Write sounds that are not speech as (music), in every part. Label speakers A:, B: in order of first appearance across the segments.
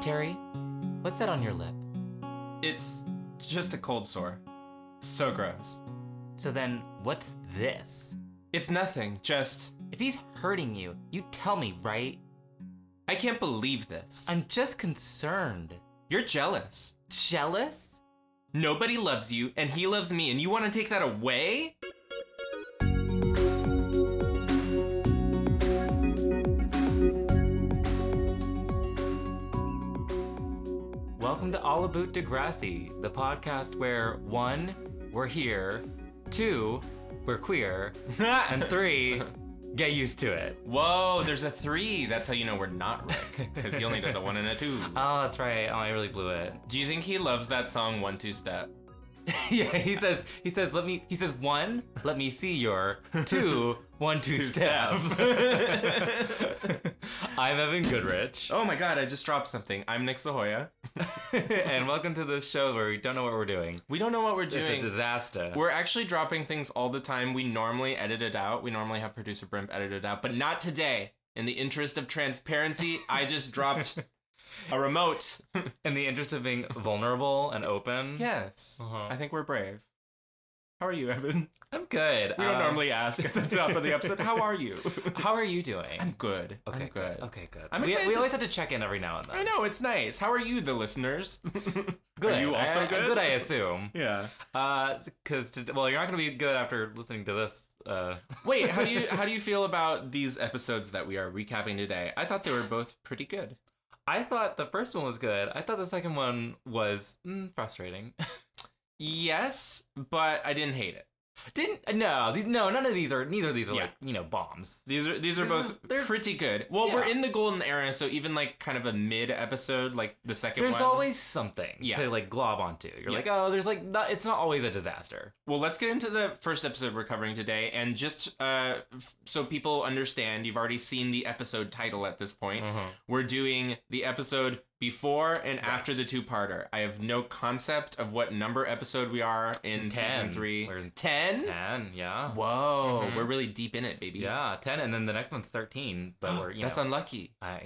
A: Terry, what's that on your lip?
B: It's just a cold sore. So gross.
A: So then, what's this?
B: It's nothing, just.
A: If he's hurting you, you tell me, right?
B: I can't believe this.
A: I'm just concerned.
B: You're jealous.
A: Jealous?
B: Nobody loves you, and he loves me, and you want to take that away? (laughs)
A: Welcome to All About Degrassi, the podcast where one, we're here, two, we're queer, and three, get used to it.
B: Whoa, there's a three. That's how you know we're not Rick, because he only does a one and a
A: (laughs)
B: two.
A: Oh, that's right. Oh, I really blew it.
B: Do you think he loves that song One Two Step?
A: (laughs) yeah, he says, he says, let me, he says, one, let me see
B: (laughs)
A: your two, one, two,
B: Two
A: step.
B: step.
A: (laughs) I'm Evan Goodrich.
B: Oh my god, I just dropped something. I'm Nick Sahoya.
A: (laughs) and welcome to this show where we don't know what we're doing.
B: We don't know what we're
A: It's a
B: doing.
A: disaster.
B: We're actually dropping things all the time. We normally edit it out. We normally have producer Brimp edit it out, but not today. In the interest of transparency, I just (laughs) dropped a remote.
A: in the interest of being vulnerable and open.
B: Yes.
A: Uh-huh.
B: I think we're brave. Uh, How are you, Evan?
A: I'm good.
B: We don't
A: Um,
B: normally ask at the top of (laughs) the episode, how are you?
A: How are you doing?
B: I'm good.
A: okay,
B: I'm good.
A: Okay, good.
B: I'm
A: we,
B: excited
A: we
B: to-
A: always have to check in every now and then.
B: I know, it's nice. How are you, the listeners? (laughs)
A: Good.
B: Are you also
A: I, I-
B: good?
A: Good, I assume.
B: yeah.
A: Uh, because well, you're not gonna be good after listening to this. Uh,
B: Wait, how do you how do you feel about these episodes that we are recapping today? I thought they were both pretty good.
A: I thought the first one was good. I thought the second one was mm, frustrating. (laughs)
B: Yes, but I didn't hate it.
A: Didn't no these no none of these are neither of these are
B: Yeah.
A: like you know bombs.
B: These are these are
A: This
B: both
A: is- they're-
B: pretty good. Well, we're
A: Yeah.
B: in the golden era, so even like kind of a mid episode, like the second
A: There's
B: one.
A: always something
B: Yeah.
A: to like glob onto. You're like,
B: Yes.
A: oh, there's like not, it's not always a disaster.
B: Well, let's get into the first episode we're covering today, and just uh, f- so people understand, you've already seen the episode title at this point.
A: Mm-hmm.
B: We're doing the episode before and after the two-parter. I have no concept of what number episode we are in season
A: 10.
B: 3
A: We're in
B: 10?
A: Ten, yeah,
B: Whoa,
A: Mhm.
B: we're really deep in it, baby.
A: yeah, ten, and then the next one's thirteen.
B: (gasps)
A: But we're you
B: That's
A: know,
B: unlucky.
A: I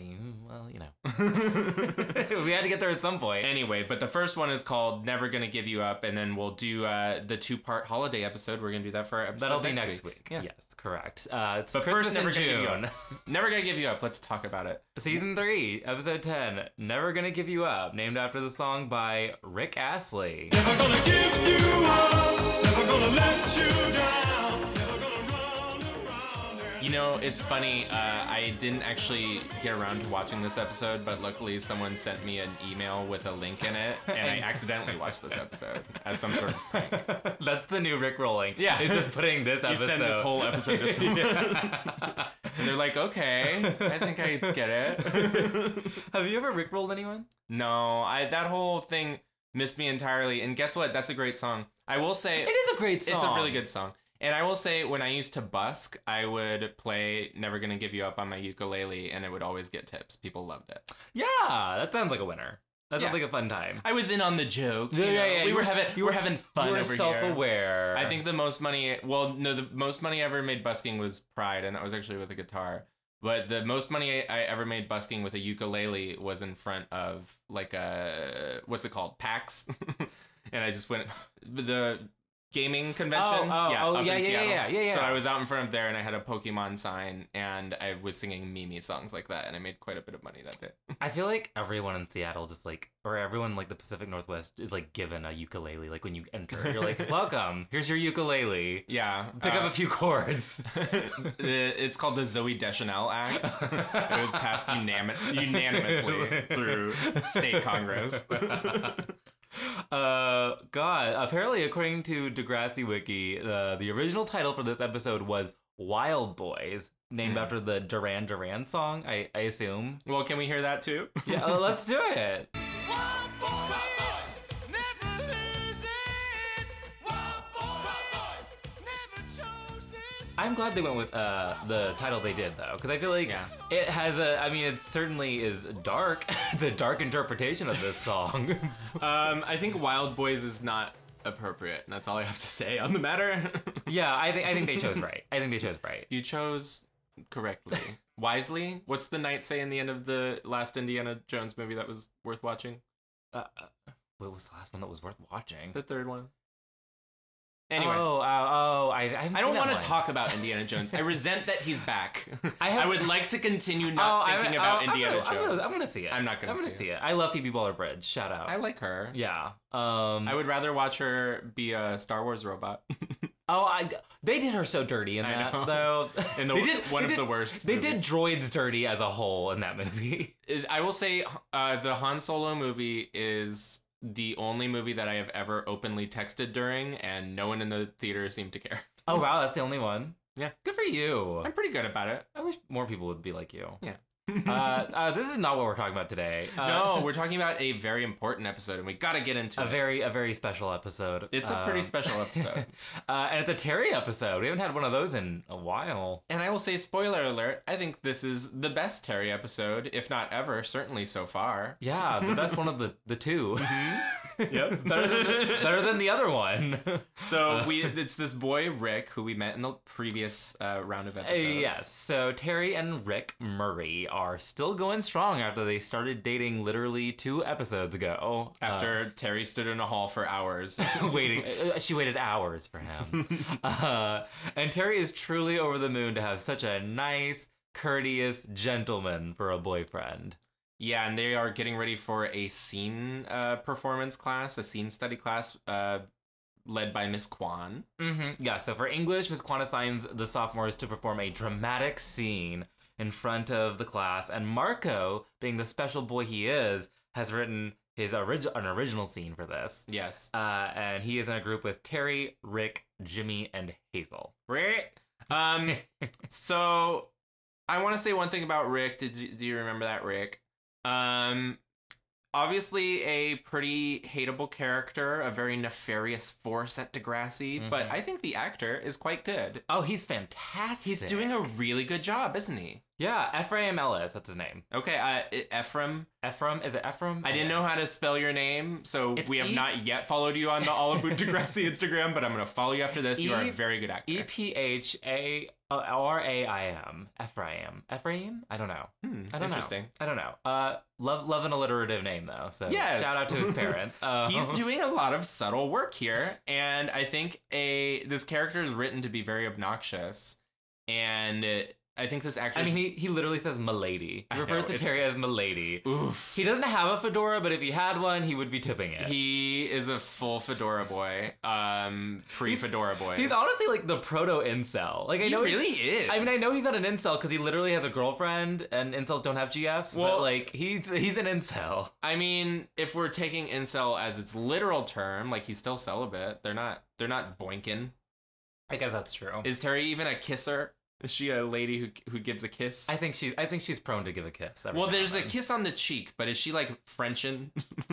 A: well, you know, (laughs)
B: (laughs)
A: we had to get there at some point.
B: Anyway, but the first one is called "Never Gonna Give You Up," and then we'll do uh, the two-part holiday episode. We're gonna do that for our episode.
A: That'll be next week.
B: Yeah.
A: Yes, correct. Uh, it's
B: But
A: Christmas
B: first, never
A: in
B: gonna give you
A: June.
B: up. Never gonna give you up. Let's talk about it.
A: Season 3, Episode 10, Never Gonna Give You Up, named after the song by Rick Astley.
C: Never gonna give you up, never gonna let you down, never gonna run around and
B: You know, it's funny. Uh, I didn't actually get around to watching this episode, but luckily someone sent me an email with a link in (laughs) it, and I accidentally watched this episode as some sort of prank.
A: (laughs) That's the new Rick rolling.
B: Yeah.
A: It's just putting this
B: (laughs) You
A: episode.
B: send this whole episode to someone,
A: (laughs) Yeah.
B: (laughs) and they're like, "Okay, I think I get it."
A: Have you ever Rick rolled anyone?
B: no, I that whole thing missed me entirely. And guess what? That's a great song. I will say
A: It is a great song.
B: It's a really good song. And I will say, when I used to busk, I would play "Never Gonna Give You Up" on my ukulele, and it would always get tips. People loved it.
A: Yeah, that sounds like a winner. That sounds
B: Yeah.
A: like a fun time.
B: I was in on the joke. you
A: Yeah,
B: know?
A: yeah, yeah.
B: We
A: You
B: were
A: were-
B: having
A: you
B: we're
A: were-
B: having fun
A: you were
B: over here.
A: self-aware.
B: I think the most money. Well, no, the most money I ever made busking was Pride, and that was actually with a guitar. But the most money I, I ever made busking with a ukulele was in front of like a what's it called PAX, (laughs) and I just went the gaming convention.
A: oh,
B: yeah,
A: oh,
B: up
A: yeah,
B: in
A: yeah, yeah,
B: Seattle.
A: yeah, yeah, yeah.
B: So I was out in front of there, and I had a Pokemon sign, and I was singing Mimi songs like that, and I made quite a bit of money that day.
A: I feel like everyone in Seattle just like, or everyone like the Pacific Northwest is like given a ukulele. Like when you enter, you're
B: (laughs)
A: like, welcome, here's your ukulele.
B: Yeah,
A: Pick
B: uh,
A: up a few chords.
B: the, it's called the Zoe Deschanel Act. it was passed unanim- (laughs) unanimously through state Congress.
A: (laughs) uh, God, apparently, according to Degrassi Wiki, uh, the original title for this episode was Wild Boys, named
B: Hmm.
A: after the Duran Duran song, I, I
B: (laughs)
A: assume.
B: well, can we hear that too?
A: Yeah, uh, let's do it.
C: Wild boys, never lose it. Wild boys, never chose this.
A: I'm glad they went with uh, the title they did though, because I feel like
B: Yeah.
A: it has a. I mean, it certainly is dark. (laughs) it's a dark interpretation of this
B: (laughs)
A: song.
B: Um, I think Wild Boys is not appropriate. and That's all I have to say on the matter.
A: yeah, I think I think they chose right. I think they chose right.
B: you chose correctly. Wisely? What's the knight say in the end of the last Indiana Jones movie that was worth watching?
A: Uh, uh, what was the last one that was worth watching?
B: The third one. Anyway,
A: Oh, uh, oh, I. I, haven't
B: I
A: seen
B: don't
A: that
B: want
A: one.
B: to talk about Indiana Jones. I resent that he's back.
A: I
B: I,
A: have-
B: would like to continue
A: Oh,
B: not
A: I'm-
B: thinking
A: oh,
B: about
A: I'm
B: Indiana
A: gonna- I'm
B: Jones.
A: gonna- I'm gonna see it.
B: I'm not gonna
A: I'm gonna
B: see
A: see it. I love Phoebe Waller-Bridge. Shout out.
B: I like her.
A: yeah. Um.
B: I would rather watch her be a Star Wars (laughs) robot
A: Oh, I, they did her so dirty in
B: I
A: that
B: know.
A: though.
B: in the
A: they did,
B: one
A: they
B: of
A: did-
B: the worst.
A: They did
B: movies.
A: droids dirty as a whole in that movie. (laughs)
B: I will say uh, the Han Solo movie is the only movie that I have ever openly texted during, and no one in the theater seemed to care.
A: Oh wow, that's the only one.
B: Yeah.
A: Good for you.
B: I'm pretty good about it.
A: I wish more people would be like you.
B: Yeah.
A: uh, uh, this is not what we're talking about
B: (laughs)
A: today. Uh,
B: no, we're talking about a very important episode, and we got to get into
A: A
B: it.
A: very a very special episode.
B: it's a pretty
A: Um,
B: special episode.
A: (laughs)
B: (laughs)
A: uh, and it's a Terry episode. We haven't had one of those in a while.
B: And I will say, spoiler alert, I think this is the best Terry episode, if not ever, certainly so far.
A: Yeah, the best one of the the 2
B: Mm-hmm. (laughs)
A: (laughs)
B: Yep.
A: better than the, better than the other one. (laughs)
B: So we it's this boy Rick who we met in the previous uh, round of
A: Uh,
B: episodes.
A: yes. So Terry and Rick Murray are still going strong after they started dating literally two episodes ago. Uh,
B: After Terry stood in a hall for (laughs) hours.
A: (laughs) waiting, uh, she waited hours for him. uh, and Terry is truly over the moon to have such a nice, courteous gentleman for a boyfriend.
B: yeah, and they are getting ready for a scene uh, performance class, a scene study class uh, led by Miss Kwan.
A: hmm Yeah. So for English, Miss Kwan assigns the sophomores to perform a dramatic scene in front of the class, and Marco, being the special boy he is, has written his orig- an original scene for this.
B: Yes.
A: Uh, and he is in a group with Terry, Rick, Jimmy, and Hazel.
B: Rick. Um.
A: (laughs)
B: so, I want to say one thing about Rick. Did you, do you remember that Rick? Um. Obviously, a pretty hateable character, a very nefarious force at Degrassi, but
A: Mhm.
B: I think the actor is quite good.
A: Oh, he's fantastic.
B: He's doing a really good job, isn't he?
A: yeah. Ephraim Ellis, that's his name.
B: Okay, uh, E- Ephraim.
A: Ephraim, is it Ephraim?
B: I didn't know how to spell your name, so
A: It's
B: we have
A: E-
B: not yet followed you on the
A: (laughs)
B: Oliver Degrassi Instagram, but I'm going to follow you after this. you are
A: E-
B: a very good actor.
A: E P H A R A I M. Ephraim. Ephraim? I don't know.
B: Hmm,
A: I don't
B: interesting.
A: know. I don't know. Uh, love, love an alliterative name though. So
B: Yes.
A: shout out to his
B: (laughs)
A: parents. Uh,
B: He's doing a lot of subtle work here, and I think a this character is written to be very obnoxious, and uh, I think this actor.
A: I mean, he, he literally says "milady." He
B: I
A: refers
B: know,
A: to
B: it's-
A: Terry as
B: (laughs)
A: "milady."
B: oof,
A: He doesn't have a fedora, but if he had one, he would be tipping it.
B: he is a full fedora boy, um, pre fedora boy.
A: He's honestly like the proto incel. Like I
B: He
A: know he's-
B: really is.
A: I mean, I know he's not an incel because he literally has a girlfriend, and incels don't have GFs. but
B: Well-
A: like, he's he's an incel.
B: I mean, if we're taking incel as its literal term, like he's still celibate. They're not. They're not boinking.
A: I guess that's true.
B: Is Terry even a kisser? Is she a lady who who gives a kiss?
A: I think she's I think she's prone to give a kiss. every
B: well,
A: now and
B: there's a
A: then.
B: kiss on the cheek, but is she like Frenching?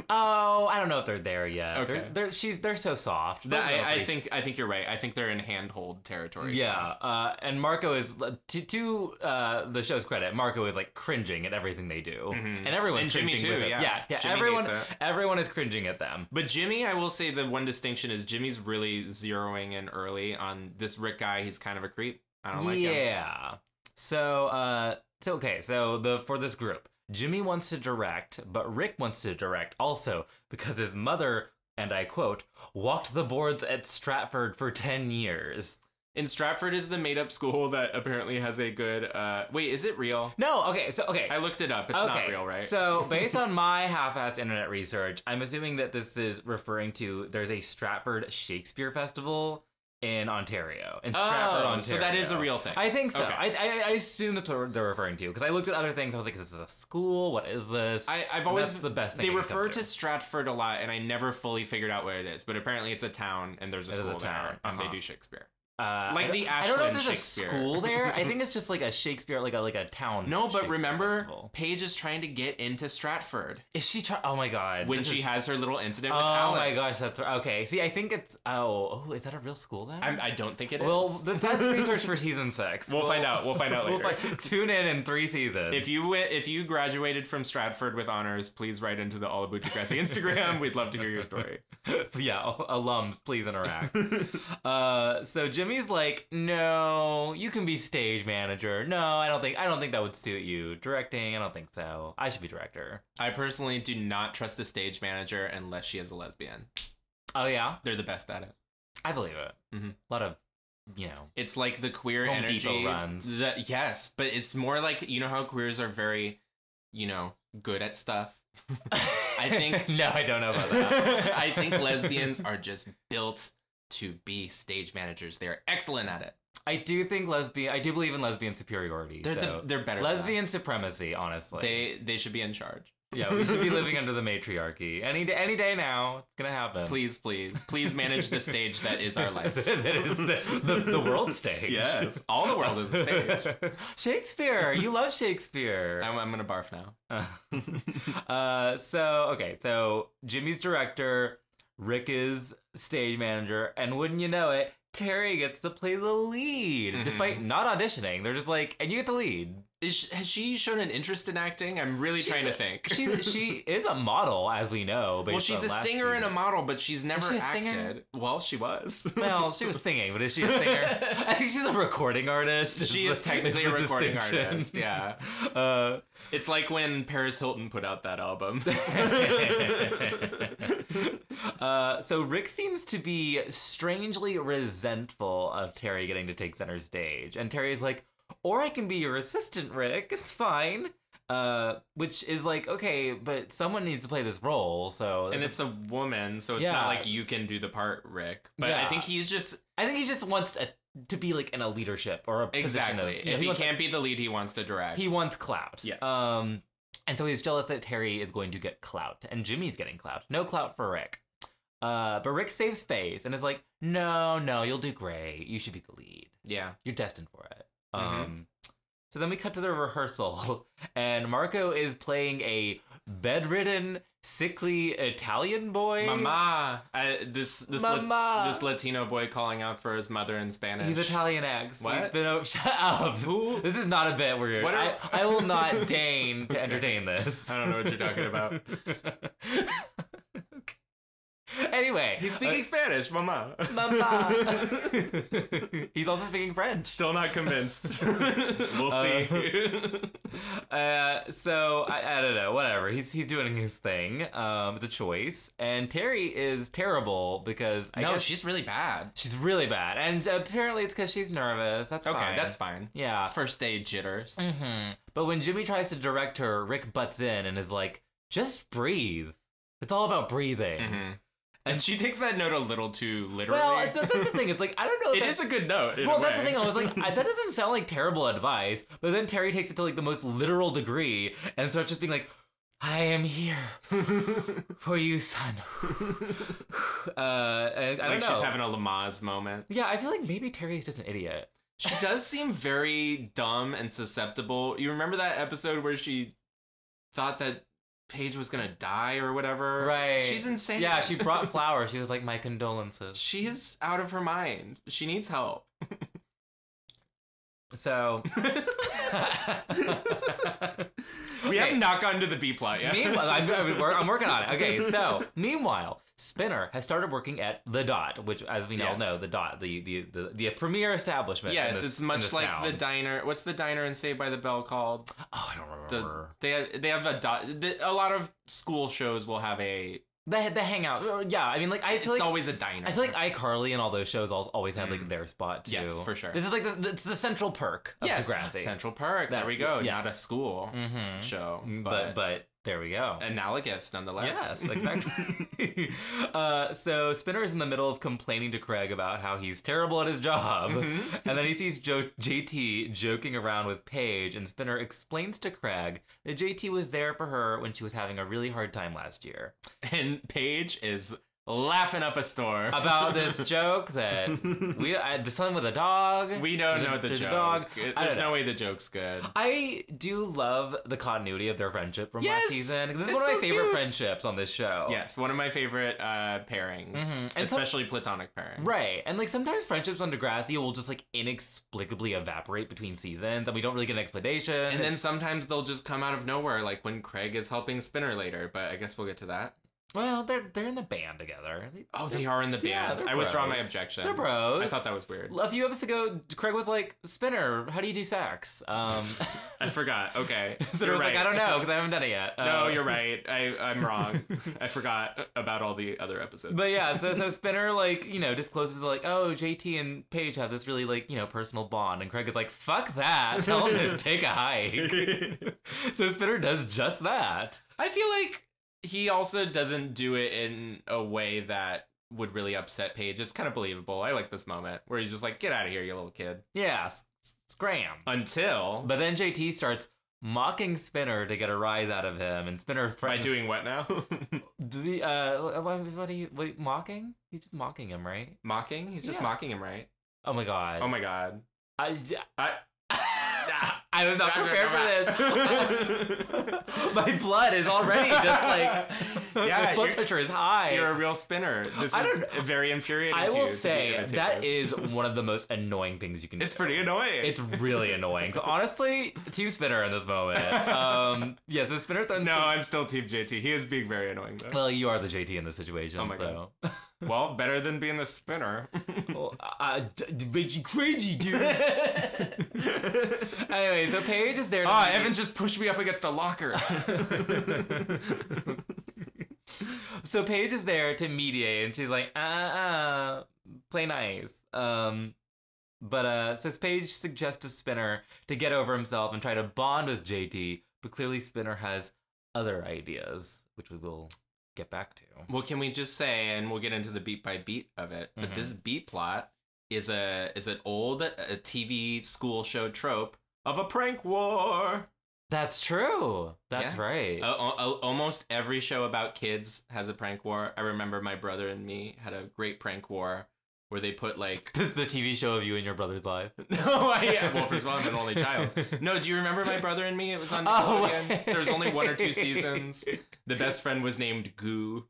A: Oh, I don't know if they're there yet.
B: Okay.
A: They're, they're she's they're so soft.
B: That,
A: They'll go
B: I, I
A: pretty-
B: think I think you're right. I think they're in handhold territory.
A: Yeah, uh, and Marco is to to uh, the show's credit. Marco is like cringing at evering they do,
B: Mhm.
A: and everyone's
B: And Jimmy
A: cringing
B: too,
A: with it.
B: yeah.
A: yeah, yeah.
B: Jimmy
A: everyone,
B: hates it.
A: everyone is cringing at them.
B: But Jimmy, I will say the one distinction is Jimmy's really zeroing in early on this Rick guy. He's kind of a creep. I don't like him.
A: yeah. So, uh, so okay, so the for this group, Jimmy wants to direct, but Rick wants to direct also because his mother, and I quote, walked the boards at Stratford for ten years.
B: And Stratford is the made up school that apparently has a good. uh Wait, is it real?
A: No, okay, so okay,
B: I looked it up. It's
A: okay.
B: not real, right? (laughs)
A: So, based on my half-assed internet research, I'm assuming that this is referring to there's a Stratford Shakespeare Festival in Ontario, in Stratford,
B: oh,
A: Ontario.
B: so that is a real thing.
A: I think so.
B: Okay.
A: I, I I assume that's what they're referring to because I looked at other things. I was like, is this a school? What is this?
B: I, I've always
A: That's the best thing
B: They
A: I could come
B: refer
A: to.
B: to Stratford a lot, and I never fully figured out what it is. But apparently, it's a town, and there's a
A: It is a
B: school
A: town,
B: there, and they
A: uh-huh.
B: do Shakespeare.
A: uh,
B: like
A: I-
B: the
A: I don't know if
B: Ashland
A: there's a
B: Shakespeare.
A: school there.
B: (laughs)
A: I think it's just like a Shakespeare, like a like a town.
B: No, but
A: Shakespeare
B: remember,
A: festival.
B: Paige is trying to get into Stratford.
A: is she? Try- oh my god,
B: when
A: this
B: she
A: is-
B: has her little incident
A: Oh
B: with Alex.
A: my gosh, that's okay. See, I think it's. Oh, oh is that a real school then?
B: I'm, I don't think it is.
A: well, th- that's research for season six.
B: We'll find out. We'll find out
A: we'll
B: later.
A: find- tune in in three seasons. (laughs)
B: if you wi- if you graduated from Stratford with honors, please write into the All About Degrassi Instagram. We'd love to hear your story. (laughs)
A: yeah, alums, please interact. uh, so Jim Jimmy's like, no, you can be stage manager. No, I don't think I don't think that would suit you. Directing, I don't think so. I should be director.
B: I personally do not trust a stage manager unless she is a lesbian.
A: Oh yeah,
B: They're the best at it.
A: I believe it.
B: Mhm.
A: A lot of, you know,
B: It's like the queer
A: Home
B: energy
A: Depot runs.
B: that- yes, but it's more like you know how queers are very, you know, good at stuff.
A: I (laughs)
B: think-
A: no, I don't know about
B: (laughs)
A: that.
B: I think lesbians are just built to be stage managers. They are excellent at it.
A: I do think lesbian. I do believe in lesbian superiority.
B: They're
A: so.
B: the, they're better. than
A: lesbian
B: us.
A: supremacy. Honestly,
B: They they should be in charge.
A: yeah, we should be living under the matriarchy. Any day, any day now, it's gonna happen.
B: Please, please, please manage the stage that is (laughs) our
A: (laughs)
B: life.
A: that is the, the, the world stage.
B: Yes, all the world is a (laughs) stage.
A: (laughs) Shakespeare, you love Shakespeare.
B: I'm, I'm gonna barf now.
A: (laughs) uh, so okay, so Jimmy's director, Rick is stage manager, and wouldn't you know it, Terry gets to play the lead
B: Mhm.
A: despite not auditioning. They're just like, and you get the lead.
B: Is she, has she shown an interest in acting? I'm really
A: She's
B: trying
A: a-
B: to think. (laughs)
A: She's she is a model, as we know. Based
B: well, she's
A: on
B: a
A: last
B: singer and a
A: season.
B: model, but she's never
A: she a
B: acted.
A: singer?
B: Well, she was.
A: Well, she was singing, but is she a
B: (laughs)
A: singer? I think she's a recording artist.
B: She is
A: the-
B: (laughs) technically
A: the
B: a recording
A: distinction.
B: artist, (laughs) yeah.
A: Uh,
B: it's like when Paris Hilton put out that (laughs) album.
A: (laughs) uh, (laughs) so Rick seems to be strangely resentful of Terry getting to take center stage, and Terry's like, "Or I can be your assistant, Rick. It's fine." Uh, which is like, okay, but someone needs to play this role, so
B: and it's a woman, so it's
A: Yeah.
B: not like you can do the part, Rick. But I
A: Yeah.
B: think he's just
A: I think he just wants a, to be like in a leadership or a position of,
B: exactly.
A: yeah,
B: if he,
A: wants
B: can't be the lead, he wants to direct.
A: He wants clout.
B: Yes.
A: Um, and so he's jealous that Terry is going to get clout, and Jimmy's getting clout. No clout for Rick. Uh, but Rick saves face and is like, "No, no, you'll do great. You should be the lead.
B: Yeah.
A: You're destined for it."
B: Mhm.
A: Um, so then we cut to the rehearsal, (laughs) and Marco is playing a bedridden, sickly Italian boy.
B: Mama, I, this this La-
A: Mama.
B: this Latino boy calling out for his mother in Spanish.
A: He's Italian ex.
B: What?
A: We've been o- (laughs) shut up.
B: (laughs) Who?
A: This is not a bit weird.
B: What
A: I,
B: are-
A: I will
B: (laughs)
A: not deign to
B: Okay.
A: entertain this.
B: I don't know what you're talking about.
A: (laughs) Okay. Anyway,
B: He's speaking Spanish, Mama.
A: uh, Mama. He's also speaking French.
B: (laughs) Still not convinced.
A: (laughs)
B: we'll
A: Uh,
B: see.
A: Uh, so I, I don't know. Whatever. He's he's doing his thing. Um, it's a choice. And Terry is terrible because I
B: no,
A: guess
B: she's really bad.
A: she's really bad. And apparently it's because she's nervous. That's
B: Okay,
A: fine. Uh,
B: that's fine.
A: yeah.
B: First day jitters.
A: hmm But when Jimmy tries to direct her, Rick butts in and is like, "Just breathe. It's all about breathing."
B: Mhm. And she takes that note a little too literally.
A: Well, it's, that's the thing. It's like I don't know. if
B: (laughs) it
A: that's-
B: is a good note. in
A: well,
B: a
A: that's the
B: way.
A: thing. I was
B: (laughs)
A: like, I, that doesn't sound like terrible advice. But then Terry takes it to like the most literal degree and starts just being like, "I am
B: (laughs)
A: here for you, son." (sighs) uh, and, I
B: like
A: don't know.
B: she's having a Lamaze moment.
A: yeah, I feel like maybe Terry is just an idiot.
B: She does seem very dumb and susceptible. You remember that episode where she thought that Paige was gonna die or whatever?
A: Right.
B: She's insane.
A: Yeah, she brought flowers. She was like, "My condolences."
B: She is out of her mind. She needs help.
A: So.
B: (laughs)
A: (laughs)
B: We
A: Okay.
B: have not gotten to the B plot yet.
A: Meanwhile, I'm, I'm (laughs) wor- I'm working on it.
B: (laughs)
A: Okay, so meanwhile, Spinner has started working at the Dot, which, as we all
B: Yes.
A: know, the Dot, the the the, the premier establishment. in
B: yes,
A: this-
B: it's
A: in
B: much
A: this
B: like
A: town.
B: the diner. What's the diner in Saved by the Bell called?
A: oh, I don't
B: The,
A: remember.
B: they have they have a dot. The, a lot of school shows will have a.
A: The, the hangout. Uh, Yeah, I mean, like I
B: It's
A: feel like.
B: always a diner.
A: I feel like iCarly and all those shows al- always have like
B: Mm.
A: their spot too.
B: Yes, for sure.
A: This is like the, the- it's the central perk of
B: yes,
A: Degrassi.
B: Central Park.
A: That-
B: there we go.
A: yeah.
B: Not a school
A: mm-hmm.
B: show,
A: but but there we go.
B: analogous (laughs) nonetheless.
A: Yes, exactly. (laughs) uh, so Spinner is in the middle of complaining to Craig about how he's terrible at his job,
B: (laughs) Mhm.
A: and then he sees jo- JT joking around with Paige, and Spinner explains to Craig that JT was there for her when she was having a really hard time last year
B: and Paige is laughing up a
A: (laughs)
B: storm
A: about this joke that we I, the son with a dog.
B: (laughs) we don't
A: There's a-
B: know the
A: there's a
B: joke.
A: dog.
B: It-
A: I
B: There's
A: don't know.
B: no way the joke's good.
A: I do love the continuity of their friendship from last
B: Yes!
A: season. This is
B: It's
A: one of my
B: so
A: favorite
B: cute.
A: friendships on this show.
B: Yes, one of my favorite uh, pairings,
A: Mhm. Oh. And some-
B: especially platonic pairings.
A: Right. And like sometimes friendships on Degrassi will just like inexplicably evaporate between seasons and we don't really get an explanation.
B: And then sometimes they'll just come out of nowhere, like when Craig is helping Spinner later. But I guess we'll get to that.
A: Well, they're they're in the band together. They-
B: Oh, they are in the
A: Yeah,
B: band.
A: they're
B: I withdraw my
A: bros.
B: objection.
A: They're bros.
B: I thought that was weird.
A: A few episodes ago, Craig was like, "Spinner, how do you do sax?"
B: (laughs)
A: Um,
B: I forgot. Okay.
A: (laughs) so I
B: You're
A: was like,
B: right.
A: "I
B: (laughs)
A: don't know because I haven't done it yet."
B: No,
A: Uh,
B: you're right. I,
A: (laughs)
B: I'm wrong. I forgot about all the other episodes.
A: But yeah, so so Spinner like you know discloses like, "Oh, JT and Paige have this really like you know personal bond," and Craig is like, "Fuck
B: (laughs)
A: that! Tell him to take a hike." so Spinner does just that.
B: I feel like he also doesn't do it in a way that would really upset Paige. It's kind of believable. I like this moment where he's just like, get out of here, you little kid.
A: Yeah, s- scram.
B: Until
A: But then JT starts mocking Spinner to get a rise out of him, and Spinner
B: by
A: threatens.
B: doing what now? (laughs)
A: Do we, uh, what, what are you what, mocking? He's just mocking him, right?
B: mocking? He's just
A: Yeah.
B: mocking him, right?
A: Oh my god.
B: Oh my god.
A: I,
B: I-
A: I, (laughs) I was not prepared for this. (laughs) my blood is already just like
B: (laughs) Yeah,
A: my blood
B: you're-
A: pressure is high.
B: You're a real spinner. This
A: I
B: is
A: don't-
B: very infuriating.
A: I
B: to
A: will
B: you to be
A: say
B: imitated.
A: that is
B: (laughs)
A: one of the most annoying things you can
B: It's
A: do.
B: pretty annoying.
A: It's really annoying. So honestly, Team Spinner in this moment. Um, yeah, so Spinner throws.
B: no, I'm still Team JT. He is being very annoying (laughs) though.
A: Well, you are the JT in this situation.
B: Oh my
A: so.
B: Well, better than being the spinner.
A: (laughs) Well, I, I- d- d- bitch, you crazy,
B: (laughs)
A: dude. anyway, so Paige is there. To
B: Ah, (laughs)
A: meet-
B: Evan just pushed me up against a locker.
A: So Paige is there to mediate, and she's like, uh, uh, play nice. Um, but uh, so Paige suggests to Spinner to get over himself and try to bond with JT, but clearly Spinner has other ideas, which we will get back to.
B: well, can we just say, and we'll get into the beat by beat of it, but
A: Mhm.
B: this beat plot is a is an old uh TV school show trope of a prank war.
A: That's true. That's
B: Yeah.
A: right.
B: Uh, al- al- almost every show about kids has a prank war. I remember my brother and me had a great prank war where they put like
A: (laughs)
B: (laughs)
A: This is the TV show of you and your brother's life.
B: No, I (laughs) yeah. Well, first of all, I'm an only child. No, do you remember my brother and me? It was on
A: (laughs) Oh,
B: Nickelodeon. there was only one or two
A: wait.
B: seasons.
A: (laughs)
B: The best friend was named Goo.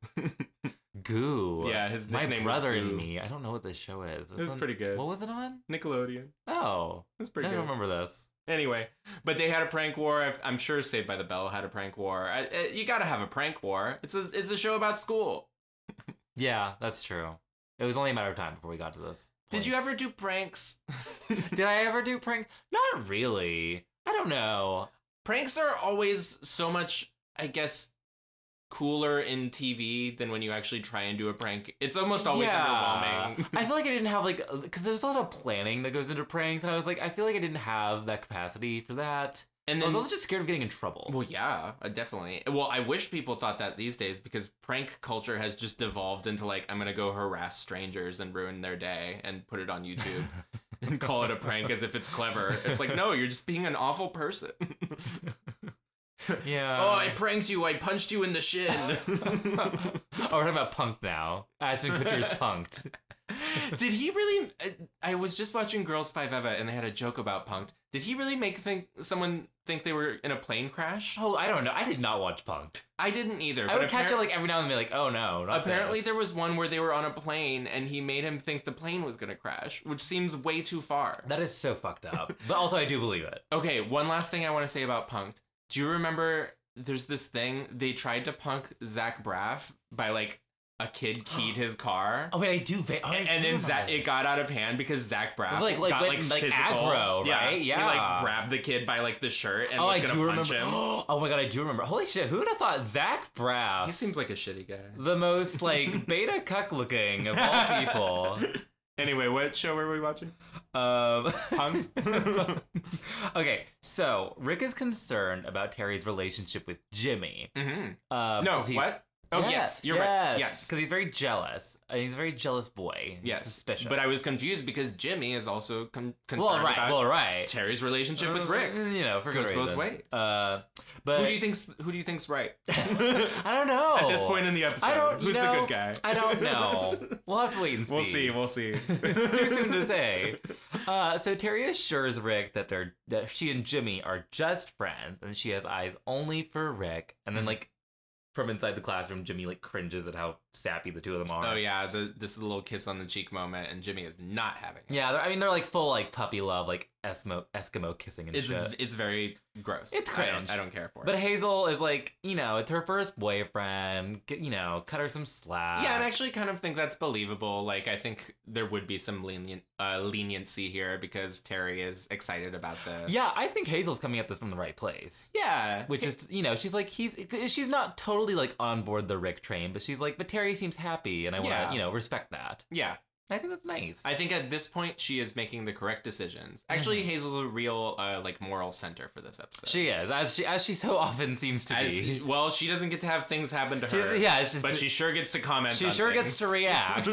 A: Goo.
B: Yeah, his
A: My
B: nickname was
A: brother and
B: Goo.
A: me. I don't know what this show is.
B: It was
A: on-
B: pretty good.
A: What was it on?
B: Nickelodeon.
A: Oh,
B: That's pretty
A: I
B: good.
A: don't remember this.
B: Anyway, but they had a prank war. I've, I'm sure Saved by the Bell had a prank war. I, I, you got to have a prank war. It's a it's a show about school.
A: Yeah, that's true. It was only a matter of time before we got to this.
B: Did
A: point.
B: you ever do pranks?
A: Did I ever do prank? Not really. I don't (laughs) know.
B: pranks are always so much i guess cooler in tv than when you actually try and do a prank it's almost always
A: Yeah.
B: underwhelming
A: I feel like I didn't have like because there's a lot of planning that goes into pranks, and I was like, I feel like I didn't have that capacity for that.
B: and
A: I was
B: then
A: also just scared of getting in trouble.
B: well yeah uh, definitely well i wish people thought that these days because prank culture has just devolved into like i'm gonna go harass strangers and ruin their day and put it on youtube and call it a prank as if it's clever it's like no you're just being an awful person
A: (laughs) yeah.
B: oh
A: (laughs)
B: i pranked you i punched you in the shin
A: oh, we're talking about punk now. Ashton Kutcher is punked.
B: (laughs) Did he really? I I was just watching Girls Five Eva, and they had a joke about punked. Did he really make think someone think they were in a plane crash?
A: (laughs) Oh, I don't know. I did not watch Punked.
B: I didn't either.
A: I would catch it
B: appar-
A: like every now and then, and be like, "Oh no!" Not
B: Apparently,
A: this.
B: there was one where they were on a plane, and he made him think the plane was gonna crash, which seems way too far.
A: That is so fucked up. But also, I do believe it.
B: Okay, one last thing I want to say about punked. Do you remember? There's this thing they tried to punk Zach Braff by like
A: (gasps)
B: a kid keyed his car.
A: Oh wait, I do. Va- oh, I do
B: and then
A: remember
B: Zach, it
A: this.
B: got out of hand because Zach Braff
A: Like- like
B: got
A: went-
B: like
A: like
B: physical.
A: aggro, right?
B: he
A: Yeah.
B: like grabbed the kid by like the shirt and
A: oh,
B: was
A: I
B: gonna
A: do
B: punch
A: remember. (gasps) oh my god, I do remember. Holy shit, who would have thought Zach Braff, (gasps)
B: him. He seems like a shitty guy.
A: the most
B: (laughs)
A: like beta cuck looking of all people.
B: Anyway, what show were we watching?
A: Um,
B: Punked?
A: (laughs) okay, so Rick is concerned about Terry's relationship with Jimmy.
B: Mm-hmm.
A: Uh,
B: no,
A: because he's-
B: what? Oh
A: Yeah,
B: yes, you're right. Yes,
A: because he's very jealous. Uh, he's a very jealous boy. He's
B: yes.
A: suspicious.
B: But I was confused because Jimmy is also con- concerned
A: well, right,
B: about
A: well, right.
B: Terry's relationship with
A: Uh,
B: Rick.
A: you know, for
B: Goes
A: good
B: both
A: reason.
B: ways.
A: Uh, but (laughs)
B: Who do you think's Who do you think's (laughs) right?
A: I don't know.
B: At this point in the episode,
A: I don't. you
B: who's the
A: know,
B: good guy?
A: I don't know. We'll have to wait and see.
B: (laughs) We'll see. We'll (laughs) see.
A: (laughs) it's too soon to say. Uh, so Terry assures Rick that they're that she and Jimmy are just friends, and she has eyes only for Rick. And
B: Mm-hmm.
A: then, like from inside the classroom, Jimmy like cringes at how sappy the two of them are.
B: (laughs) Oh yeah, the, this is a little kiss on the cheek moment, and Jimmy is not having it.
A: Yeah, they're- I mean they're like full like puppy love, like Eskimo Eskimo kissing and
B: It's
A: shit.
B: it's very gross.
A: It's
B: I don't,
A: cringe.
B: I don't care for it.
A: But Hazel is like, you know, it's her first boyfriend. G- You know, cut her some slack.
B: yeah, and I actually kind of think that's believable. Like, I think there would be some lenient uh, leniency here because Terry is excited about this.
A: yeah, I think Hazel's coming at this from the right place.
B: yeah,
A: Which is, you know, she's like, he's, she's not totally like on board the Rick train, but she's like, but Terry seems happy, and I want to,
B: Yeah.
A: you know, respect that.
B: yeah.
A: I think that's nice.
B: I think at this point she is making the correct decisions. Actually, Hazel's a real uh, like moral center for this episode.
A: Mm-hmm. she is, as she as she so often seems to
B: As- (laughs)
A: be.
B: well, she doesn't get to have things happen to her.
A: She's- yeah, it's just-
B: but she sure gets to comment.
A: She
B: on
A: sure
B: things.
A: gets to react.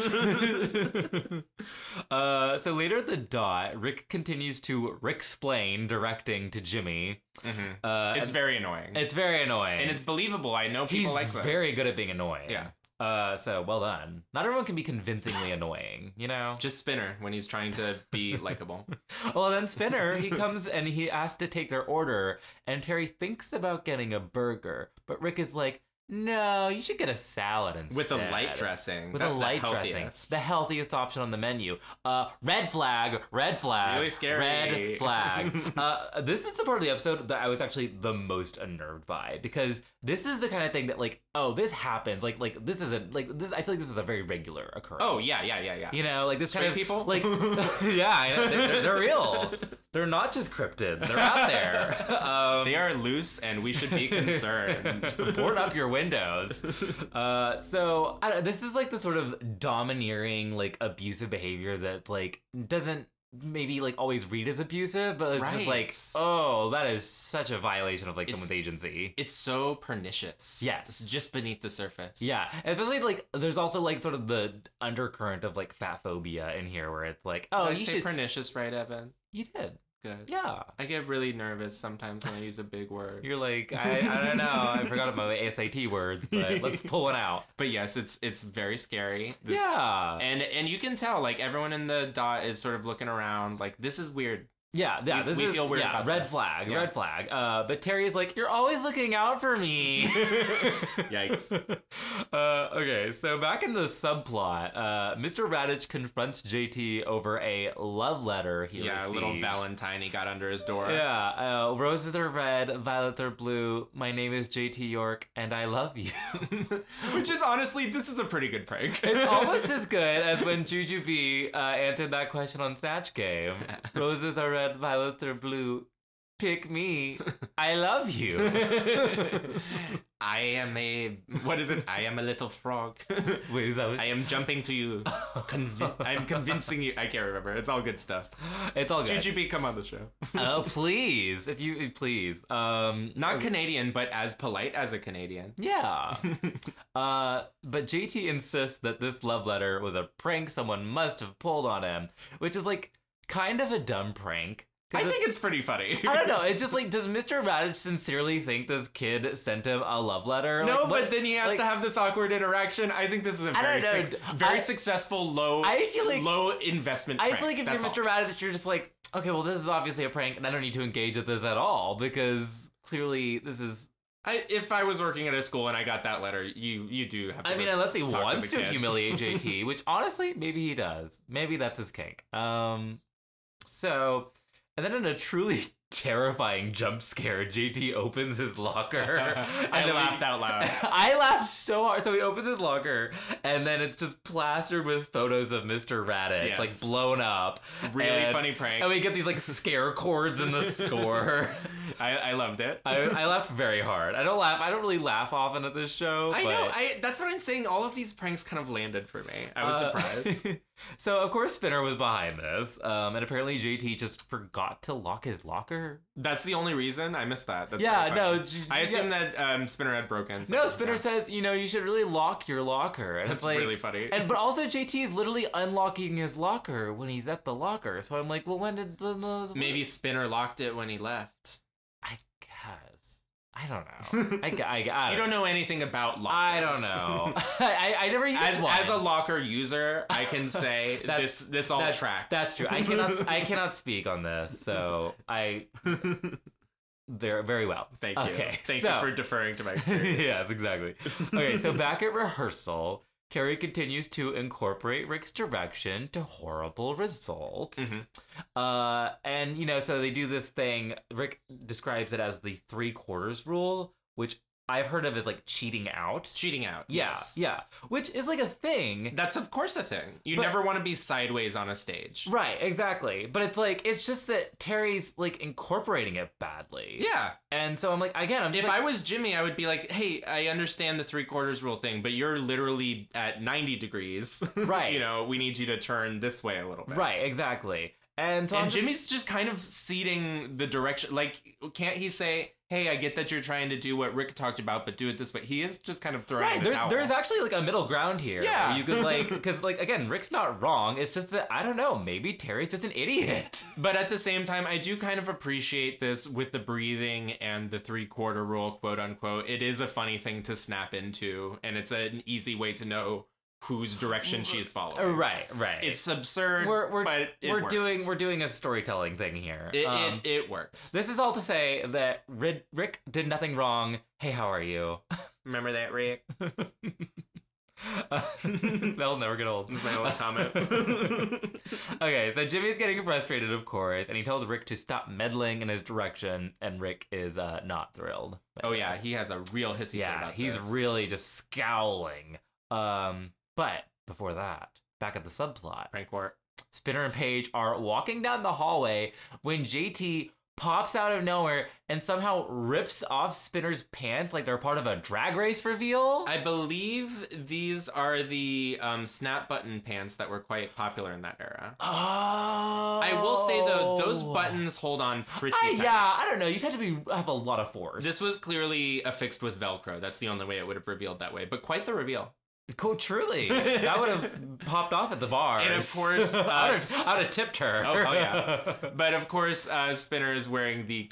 B: (laughs)
A: (laughs) uh, so later at the dot, Rick continues to Rick-splain directing to Jimmy.
B: Mhm.
A: Uh,
B: It's
A: and-
B: very annoying,
A: it's very annoying.
B: and it's believable. I know people
A: He's
B: like this.
A: very good at being annoying.
B: Yeah.
A: Uh, so well done. Not everyone can be convincingly annoying, you know. Oh,
B: Just Spinner when he's trying to
A: (laughs)
B: be likable.
A: Well, then Spinner he comes and he asks to take their order, and Terry thinks about getting a burger, but Rick is like, "No, you should get a salad instead."
B: with the light dressing.
A: With
B: That's
A: a
B: the
A: light dressing,
B: healthiest.
A: the healthiest option on the menu. Uh, red flag, red flag,
B: Really scary. (laughs)
A: red flag. uh, this is the part of the episode that I was actually the most unnerved by because this is the kind of thing that like, oh, this happens. Like, like this isn't like this. I feel like this is a very regular occurrence.
B: Oh yeah, yeah, yeah, yeah.
A: You know, like this
B: Straight
A: kind of
B: people? (laughs)
A: Like, (laughs) yeah, I know, they're, they're, they're real. They're not just cryptids. They're out there. (laughs) Um,
B: They are loose, and we
A: (laughs)
B: should be concerned.
A: board up your windows. Uh, so I don't, this is like the sort of domineering, like abusive behavior that like doesn't maybe like always read as abusive, but it's just like,
B: Right.
A: oh, that is such a violation of like
B: It's-
A: someone's agency.
B: it's so pernicious.
A: Yes.
B: it's just beneath the surface.
A: Yeah, especially like there's also like sort of the undercurrent of like fat phobia in here, where it's like,
B: Oh,
A: oh,
B: I
A: you
B: say
A: should,
B: pernicious, right, Evan?
A: you did,
B: Good.
A: yeah.
B: I get really nervous sometimes when I use a big word.
A: You're like, I, I don't know, I forgot about my SAT words, but let's pull one (laughs) out.
B: (laughs) But yes, it's it's very scary. This-
A: yeah,
B: And and you can tell like everyone in the dot is sort of looking around like this is weird.
A: Yeah, yeah,
B: We-
A: this
B: we
A: is
B: feel weird
A: yeah,
B: about
A: red
B: this.
A: flag,
B: Yeah.
A: red flag. Uh, but Terry is like, "You're always looking out for
B: (laughs)
A: me."
B: Yikes.
A: uh, okay, so back in the subplot, uh, Mr. Radich confronts JT over a love letter he
B: yeah, a little
A: received.
B: Valentine he got under his door.
A: Yeah, uh, roses are red, violets are blue. My name is JT York, and I love you. (laughs)
B: (laughs) Which is honestly, this is a pretty good prank.
A: It's almost as good as when Juju B uh, answered that question on Snatch
B: (laughs)
A: Game. Roses are red, violets are blue. Pick me. I love you.
B: (laughs) (laughs) I am a what is it? I am a little frog.
A: Wait, is that what?
B: I am jumping to you. Convi- I'm convincing you. I can't remember. It's all good stuff.
A: it's all good.
B: GGB, come on the show.
A: oh, please, if you please. Um,
B: Not Canadian, but as polite as a Canadian. (laughs)
A: yeah. uh, but JT insists that this love letter was a prank someone must have pulled on him, which is like kind of a dumb prank. 'Cause
B: I
A: it's-
B: think it's pretty (laughs) funny.
A: I (laughs) don't know. It's just like, does Mr. Radich sincerely think this kid sent him a love letter? Like,
B: No,
A: what-
B: but then he has
A: like,
B: to have this awkward interaction. I think this is a
A: I
B: very,
A: don't know.
B: suc- very
A: I-
B: successful low.
A: I feel like-
B: low investment.
A: I
B: prank.
A: feel like if
B: That's
A: you're
B: all.
A: Mr. Radich, you're just like, okay, well, this is obviously a prank, and I don't need to engage with this at all because clearly this is.
B: I, if I was working at a school and I got that letter, you you do have. To
A: I mean,
B: look-
A: unless he
B: talk to
A: wants
B: the
A: to,
B: (laughs) kid.
A: humiliate JT, which honestly, maybe he does. Maybe that's his kink. Um, so, and then in a truly (laughs) terrifying jump scare, JT opens his locker. and then
B: (laughs) I
A: we-
B: laughed out loud.
A: (laughs) I laughed so hard. So he opens his locker, and then it's just plastered with photos of Mr. Raditz,
B: Yes.
A: like blown up.
B: Really
A: And-
B: funny prank.
A: And we get these like scare chords in
B: (laughs)
A: the score. (laughs)
B: I, I loved it.
A: I,
B: (laughs)
A: I laughed very hard. I don't laugh. I don't really laugh often at this show.
B: I
A: but-
B: know. I that's what I'm saying. All of these pranks kind of landed for me. I was
A: Uh, (laughs)
B: surprised.
A: so of course Spinner was behind this, um, and apparently JT just forgot to lock his locker.
B: That's the only reason I missed that. That's
A: yeah,
B: really
A: no,
B: funny.
A: j-
B: I
A: yeah.
B: assume that um, Spinner had broken.
A: No,
B: something.
A: Spinner says, you know, you should really lock your locker. And
B: That's
A: it's like,
B: really funny.
A: And but also JT is literally unlocking his locker when he's at the locker. So I'm like, well, when did when those?
B: (laughs) Maybe Spinner locked it when he left.
A: I guess I don't know. I, gu- I, gu- I
B: (laughs) (laughs) You don't know anything about lockers.
A: I don't
B: (laughs)
A: know. (laughs) I, I never used
B: as,
A: one.
B: as a locker user, I
A: (laughs)
B: can say
A: That's-
B: this this all
A: That-
B: tracks.
A: That's true. I cannot I cannot speak on this. So I there very well.
B: (laughs) Thank you.
A: okay, (laughs)
B: Thank
A: so,
B: you for deferring to my experience. (laughs)
A: yes, exactly. Okay, so back at rehearsal, Carrie continues to incorporate Rick's direction to horrible results.
B: Mhm.
A: Uh, and, you know, so they do this thing. Rick describes it as the three quarters rule, which I've heard of as like cheating out.
B: Cheating out.
A: yeah,
B: yes.
A: yeah. Which is like a thing.
B: That's of course a thing. You
A: But-
B: never want to be sideways on a stage.
A: Right, exactly. But it's like, it's just that Terry's like incorporating it badly.
B: Yeah.
A: And so I'm like, again, I'm just
B: If
A: like,
B: I was Jimmy, I would be like, "Hey, I understand the three quarters rule thing, but you're literally at 90 degrees. (laughs)
A: Right.
B: you know, we need you to turn this way a little bit.
A: right, exactly. And so I'm
B: And
A: just-
B: Jimmy's just kind of ceding the direction. Like, can't he say, "Hey, I get that you're trying to do what Rick talked about, but do it this way"? He is just kind of throwing
A: Right,
B: the
A: there,
B: towel.
A: there's actually like a middle ground here.
B: Yeah.
A: where you could like,
B: (laughs)
A: because like again, Rick's not wrong. It's just that I don't know. Maybe Terry's just an
B: (laughs)
A: idiot. (laughs)
B: But at the same time, I do kind of appreciate this with the breathing and the three quarter rule, quote unquote. It is a funny thing to snap into, and it's an easy way to know whose direction she's
A: Uh,
B: following.
A: right, right.
B: It's absurd,
A: we're we're
B: but it
A: we're
B: works.
A: doing we're doing a storytelling thing here.
B: it,
A: Um,
B: it, it works.
A: this is all to say that Rid- Rick did nothing wrong. Hey, how are you?
B: Remember that, Rick?
A: Uh, (laughs) That'll never get old.
B: That's my only comment.
A: (laughs) okay, so Jimmy's getting frustrated, of course, and he tells Rick to stop meddling in his direction, and Rick is uh, not thrilled. by
B: Oh yeah,
A: this.
B: he has a real hissy. fit
A: yeah,
B: about
A: he's
B: this.
A: really just scowling. Um, but before that, back at the subplot,
B: prank war.
A: Spinner and Paige are walking down the hallway when JT pops out of nowhere and somehow rips off Spinner's pants like they're part of a drag race reveal.
B: I believe these are the um, snap button pants that were quite popular in that era.
A: oh,
B: I will say though, those buttons hold on pretty
A: I,
B: tight.
A: yeah, I don't know. You'd have to be have a lot of force.
B: This was clearly affixed with Velcro. That's the only way it would have revealed that way, but quite the reveal.
A: (laughs) cool, truly, that would have popped off at the bar.
B: And
A: (laughs)
B: of course,
A: I'd,
B: us-
A: have, I'd have tipped her.
B: Oh, oh, yeah. But of course, uh, Spinner is wearing the
A: (laughs)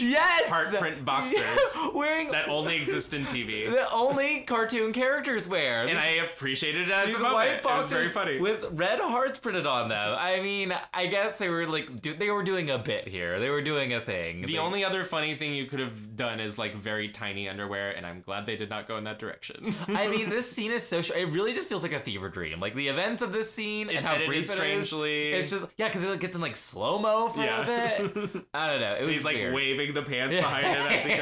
A: (laughs) yes,
B: Heart
A: (laughs)
B: print boxers.
A: Yes! wearing
B: that only exists
A: (laughs)
B: in TV.
A: that only cartoon characters wear.
B: And I appreciated it as
A: these
B: a moment.
A: white
B: it was
A: boxers
B: very funny.
A: with red hearts printed on them. I mean, I guess they were like do, they were doing a bit here. They were doing a thing.
B: the
A: They-
B: only other funny thing you could have done is like very tiny underwear, and I'm glad they did not go in that direction.
A: I
B: (laughs)
A: mean, this scene is so. Sh- it really just feels like a fever dream. Like the events of this scene and
B: it's
A: how
B: edited
A: brief strangely.
B: strangely.
A: It's just yeah, because it like, gets in like slow mo for a
B: (laughs)
A: little bit. I don't know. It was
B: He's like
A: weird.
B: waving the pants
A: Yeah.
B: behind him
A: (laughs)
B: as he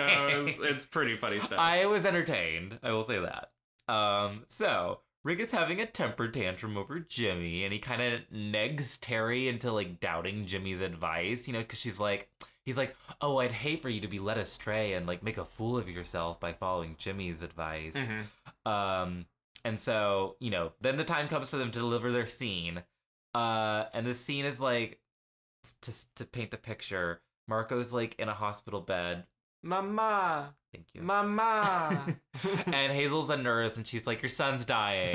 B: goes. It's pretty funny stuff.
A: I was entertained. I will say that. Um, so Rick is having a temper tantrum over Jimmy, and he kind of negs Terry into like doubting Jimmy's advice. You know, because she's like, he's like, "Oh, I'd hate for you to be led astray and like make a fool of yourself by following Jimmy's advice."
B: Mhm.
A: Um, and so you know, then the time comes for them to deliver their scene. Uh, and the scene is like to to paint the picture. Marco's like in a hospital bed.
B: Mama,
A: Thank you.
B: mama.
A: and Hazel's a nurse, and she's like, "Your son's
B: (laughs)
A: dying."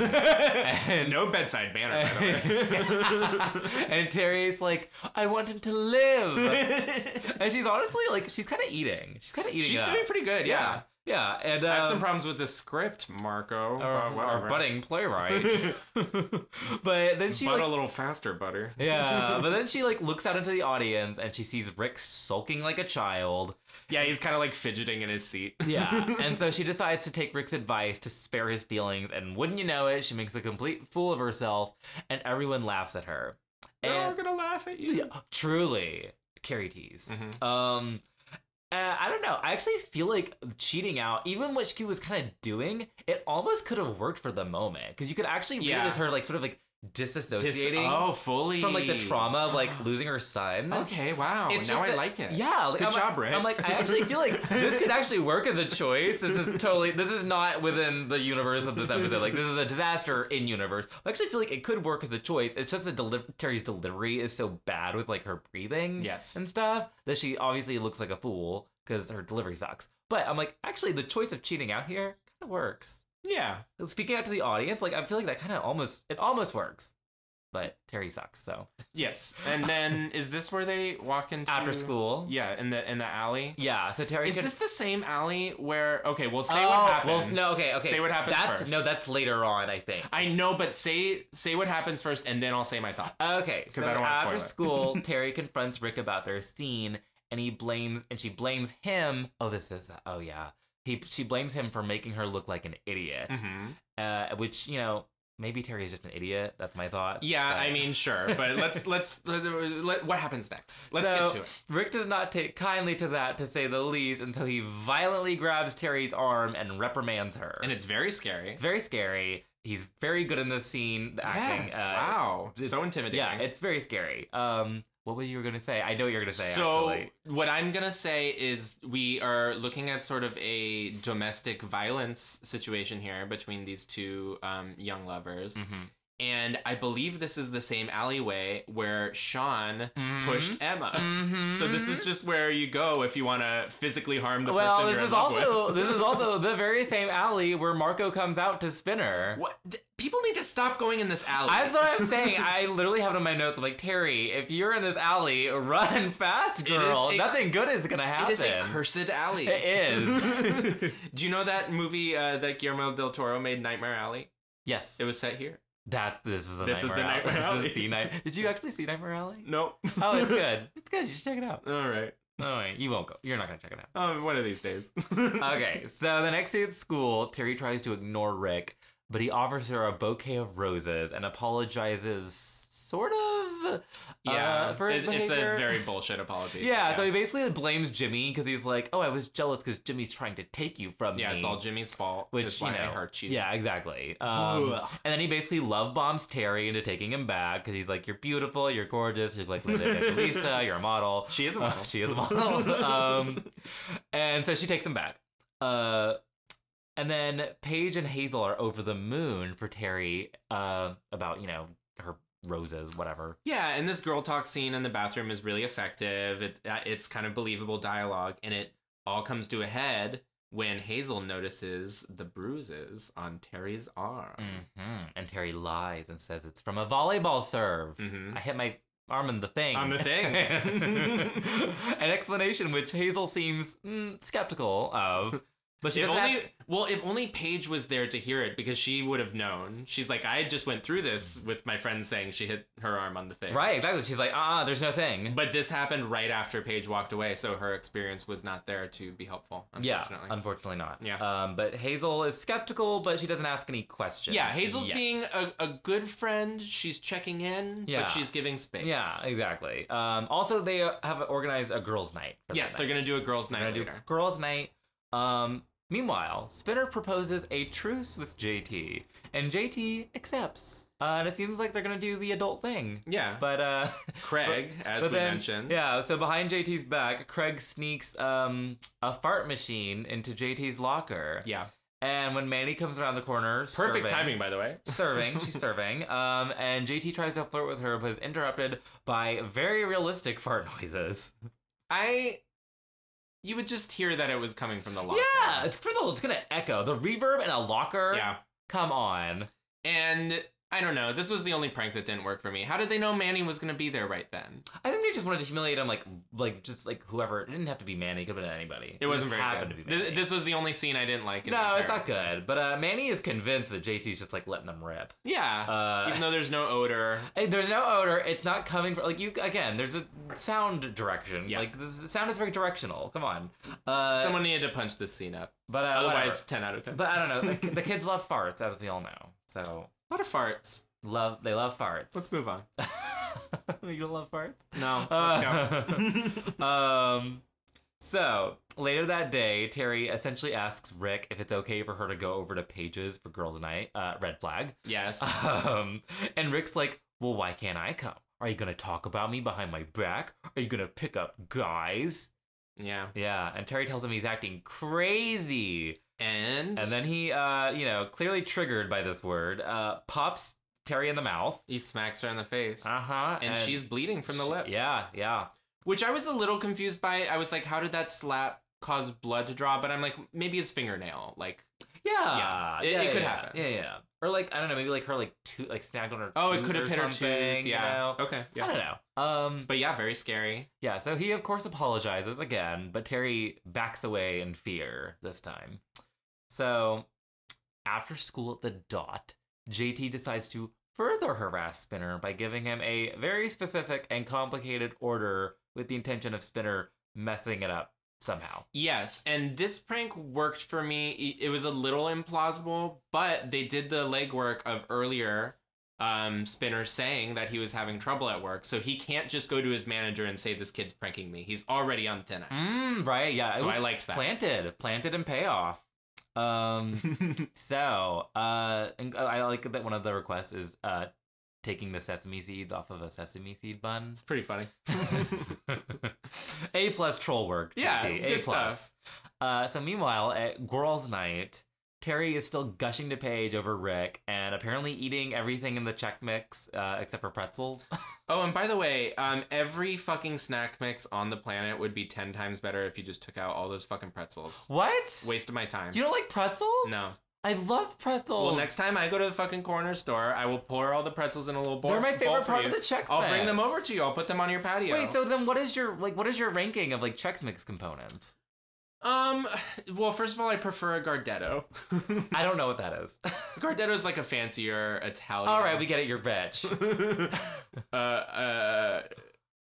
A: (laughs)
B: (laughs) no bedside banner, by the way.
A: and Terry's like, "I want him to live," (laughs) and she's honestly like, she's kind of eating. She's kind of eating.
B: She's
A: it up.
B: doing pretty good, yeah.
A: yeah, And um,
B: I have some problems with the script, Marco.
A: our,
B: but whatever.
A: our
B: (laughs)
A: budding playwright. (laughs) but then she
B: Butt
A: like,
B: a little faster, butter.
A: yeah, but then she like looks out into the audience and she sees Rick sulking like a child.
B: Yeah, he's kind of like fidgeting in his seat. (laughs)
A: Yeah. and so she decides to take Rick's advice to spare his feelings, and wouldn't you know it, she makes a complete fool of herself, and everyone laughs at her.
B: They're all
A: And
B: gonna laugh at you.
A: yeah, truly, Carrie tease.
B: Mhm.
A: Um, uh, I don't know. I actually feel like cheating out, even what she was kind of doing, it almost could have worked for the moment because you could actually read
B: Yeah.
A: it as her like sort of like
B: Dis-
A: disassociating
B: oh, fully
A: from like the trauma of like losing her son.
B: Okay, wow.
A: It's
B: now
A: just
B: I
A: that-
B: like it.
A: Yeah, like,
B: Good
A: I'm,
B: job, Rick.
A: I'm like, I actually feel like
B: (laughs)
A: this could actually work as a choice. This is totally, this is not within the universe of this episode. Like, this is a disaster in universe. I actually feel like it could work as a choice. It's just that deli- Terry's delivery is so bad with like her breathing,
B: Yes.
A: and stuff that she obviously looks like a fool because her delivery sucks. But I'm like, actually, the choice of cheating out here kind of works.
B: Yeah.
A: Speaking out to the audience, like I feel like that kind of almost, it almost works. But Terry sucks. So
B: Yes. And then is this where they walk into
A: after school, yeah.
B: Yeah, in the in the alley.
A: so Terry
B: Is
A: could-
B: this the same alley where? Okay, well, say
A: Oh,
B: what happens.
A: Well, no, okay, okay.
B: Say what happens
A: that's,
B: first.
A: No, that's later on, I think.
B: I know, but say say what happens first, and then I'll say my thought.
A: Okay,
B: 'Cause
A: so
B: I don't wanna
A: after
B: spoil it.
A: school,
B: (laughs)
A: Terry confronts Rick about their scene, and he blames, and she blames him. Oh, this is, oh yeah. he she blames him for making her look like an idiot,
B: Mhm.
A: uh, which you know maybe Terry is just an idiot. That's my thought.
B: Yeah,
A: Uh,
B: I
A: (laughs)
B: mean, sure, but let's let's let, let- what happens next. Let's
A: So-
B: get to it.
A: Rick does not take kindly to that, to say the least, until he violently grabs Terry's arm and reprimands her.
B: And it's very scary.
A: It's very scary. He's very good in this scene, the acting.
B: Yes,
A: uh,
B: wow,
A: it's-
B: so intimidating.
A: Yeah, it's very scary. Um, what were you gonna say? I know what you're gonna say.
B: so
A: actually.
B: what I'm gonna say is we are looking at sort of a domestic violence situation here between these two um, young lovers,
A: Mhm.
B: and I believe this is the same alleyway where Sean
A: Mm-hmm.
B: pushed (laughs) Emma.
A: Mhm.
B: So this is just where you go if you want to physically harm the
A: Mm-hmm. well,
B: person
A: this
B: you're
A: is
B: in love
A: also
B: with.
A: (laughs) this is also the very same alley where Marco comes out to Spinner.
B: (laughs) What th- people need to stop going in this alley.
A: That's what I'm saying. I literally have it in my notes. I'm like, Terry, if you're in this alley, run (laughs) fast,
B: is
A: girl.
B: a-
A: Nothing good is gonna happen.
B: It is a cursed alley.
A: It is.
B: (laughs) Do you know that movie uh, that Guillermo del Toro made, Nightmare Alley?
A: yes.
B: It was set here.
A: That's this is the
B: This is
A: nightmare alley.
B: the
A: (laughs)
B: Nightmare
A: This
B: Alley.
A: is the night. Did you actually see Nightmare Alley?
B: (laughs) Nope.
A: Oh, it's good. It's good. You should check it out.
B: All right.
A: Oh wait, you won't go. You're not gonna check it out.
B: Um, one of these days. (laughs)
A: Okay, so the next day at school, Terry tries to ignore Rick, but he offers her a bouquet of roses and apologizes, sort of.
B: Yeah.
A: uh, for his
B: it- it's a
A: behavior.
B: very bullshit apology.
A: Yeah, so he basically blames Jimmy because he's like, "Oh, I was jealous because Jimmy's trying to take you from me."
B: yeah, it's all Jimmy's fault.
A: Which,
B: is why
A: you know,
B: I hurt you.
A: Yeah, exactly. Um,
B: (laughs) Ugh.
A: and then he basically love bombs Terry into taking him back because he's like, "You're beautiful, you're gorgeous, you're like Linda Evangelista, you're a model."
B: She (laughs) is a
A: Uh,
B: model.
A: she is a model. um, and so she takes him back. Uh, and then Paige and Hazel are over the moon for Terry uh, about, you know, her roses, whatever.
B: Yeah, and this girl talk scene in the bathroom is really effective. It's uh, it's kind of believable dialogue, and it all comes to a head when Hazel notices the bruises on Terry's arm. Mm-hmm.
A: hmm And Terry lies and says it's from a volleyball serve.
B: Mhm.
A: I hit my arm in the thing.
B: On the thing.
A: (laughs) An explanation which Hazel seems mm, skeptical of. But she
B: If
A: doesn't
B: only,
A: ask-
B: well, if only Paige was there to hear it because she would have known. She's like, I just went through this with my friend saying she hit her arm on the thing.
A: Right, exactly. She's like, ah, there's no thing.
B: But this happened right after Paige walked away, so her experience was not there to be helpful, unfortunately.
A: Yeah, unfortunately not.
B: Yeah.
A: Um, but Hazel is skeptical, but she doesn't ask any questions.
B: Yeah, Hazel's
A: yet.
B: being a, a good friend. She's checking in,
A: Yeah.
B: but she's giving space.
A: Yeah, exactly. Um, also, they uh, have organized a girls' night. for
B: Yes,
A: the
B: they're
A: night.
B: gonna do a girls'
A: They're
B: night
A: gonna do
B: later.
A: girls' night. Um, meanwhile, Spinner proposes a truce with JT, and JT accepts. Uh, and it seems like they're gonna do the adult thing.
B: Yeah,
A: But uh,
B: Craig, as
A: but
B: we
A: then-
B: mentioned.
A: yeah. So behind JT's back, Craig sneaks um a fart machine into JT's locker.
B: yeah.
A: And when Manny comes around the corner,
B: Perfect
A: serving-
B: timing, by the
A: (laughs)
B: way. (laughs)
A: serving. She's serving. Um, and JT tries to flirt with her, but is interrupted by very realistic (laughs) fart noises.
B: I, you would just hear that it was coming from the locker.
A: Yeah, it's first of all, it's gonna echo the reverb in a locker.
B: yeah.
A: come on.
B: And I don't know. This was the only prank that didn't work for me. How did they know Manny was gonna be there right then?
A: I think they just wanted to humiliate him, like, like just like whoever. It didn't have to be Manny. It could have been anybody.
B: It
A: just
B: wasn't very
A: happened
B: good.
A: to be Manny.
B: This, this was the only scene I didn't like. in the
A: no, it's not
B: entire
A: good. But uh, Manny is convinced that JT's just like letting them rip.
B: episode. Yeah.
A: Uh,
B: Even though there's no odor.
A: Hey, There's no odor. It's not coming from like you again. There's a sound direction.
B: Yeah.
A: Like the sound is very directional. Come on. (laughs) Uh,
B: Someone needed to punch this scene up.
A: but uh, whatever.
B: Otherwise, ten out of ten.
A: But I don't know. The, the kids love farts, as we all know. So
B: a lot of farts.
A: love they love farts.
B: Let's move on.
A: (laughs) you don't love farts?
B: No,
A: Uh, (laughs)
B: let's go.
A: Um. So later that day, Terry essentially asks Rick if it's okay for her to go over to Pages for girls' night. Uh, red flag.
B: (laughs) yes.
A: (laughs) Um, and Rick's like, "Well, why can't I come? Are you gonna talk about me behind my back? Are you gonna pick up guys?"
B: Yeah.
A: Yeah. And Terry tells him he's acting crazy.
B: And
A: And then he, uh, you know, clearly triggered by this word, uh, pops Terry in the mouth.
B: he smacks her in the face,
A: Uh huh.
B: Uh-huh, and, she's bleeding from the lip.
A: Yeah, yeah.
B: Which I was a little confused by. I was like, how did that slap cause blood to draw? But I'm like, maybe his fingernail. Like,
A: Yeah.
B: Yeah, it-
A: yeah,
B: it could
A: yeah,
B: happen.
A: Yeah, yeah. Or like, I don't know, maybe like her, like, to- like snagged on her
B: oh, it
A: tooth
B: could have
A: or
B: hit her
A: something,
B: tooth.
A: you
B: Yeah.
A: know?
B: Okay. Yeah.
A: I don't know. Um,
B: But yeah, very scary.
A: yeah, so he, of course, apologizes again, but Terry backs away in fear this time. So after school at the dot, JT decides to further harass Spinner by giving him a very specific and complicated order with the intention of Spinner messing it up somehow.
B: Yes, and this prank worked for me. I- It was a little implausible, but they did the legwork of earlier um, Spinner saying that he was having trouble at work, so he can't just go to his manager and say this kid's pranking me. He's already on thin ice.
A: Mm, right? Yeah. it
B: so
A: was
B: I liked Hmm, that.
A: planted, planted and payoff. Um.
B: (laughs)
A: So, uh, and I like that one of the requests is uh, taking the sesame seeds off of a sesame seed bun.
B: it's pretty funny.
A: a plus troll work.
B: Yeah,
A: Tasty. A
B: good
A: plus. Uh, so meanwhile, at girls' night, Terry is still gushing to Paige over Rick and apparently eating everything in the check mix uh, except for
B: (laughs)
A: pretzels.
B: Oh, and by the way, um, every fucking snack mix on the planet would be ten times better if you just took out all those fucking pretzels.
A: what?
B: Waste of my time.
A: you don't like pretzels?
B: No.
A: I love pretzels.
B: Well, next time I go to the fucking corner store, I will pour all the pretzels in a little bowl.
A: They're my
B: bowl
A: favorite
B: for
A: part
B: you.
A: of the Chex
B: I'll bring them
A: Mix.
B: over to you. I'll put them on your patio.
A: Wait, so then what is your like what is your ranking of like Chex Mix components?
B: um, well, first of all, I prefer a Gardetto. (laughs)
A: I don't know what that is.
B: Oh, Gardetto is like a fancier Italian.
A: All right, we (laughs) get it, you're bitch.
B: (laughs) uh, uh,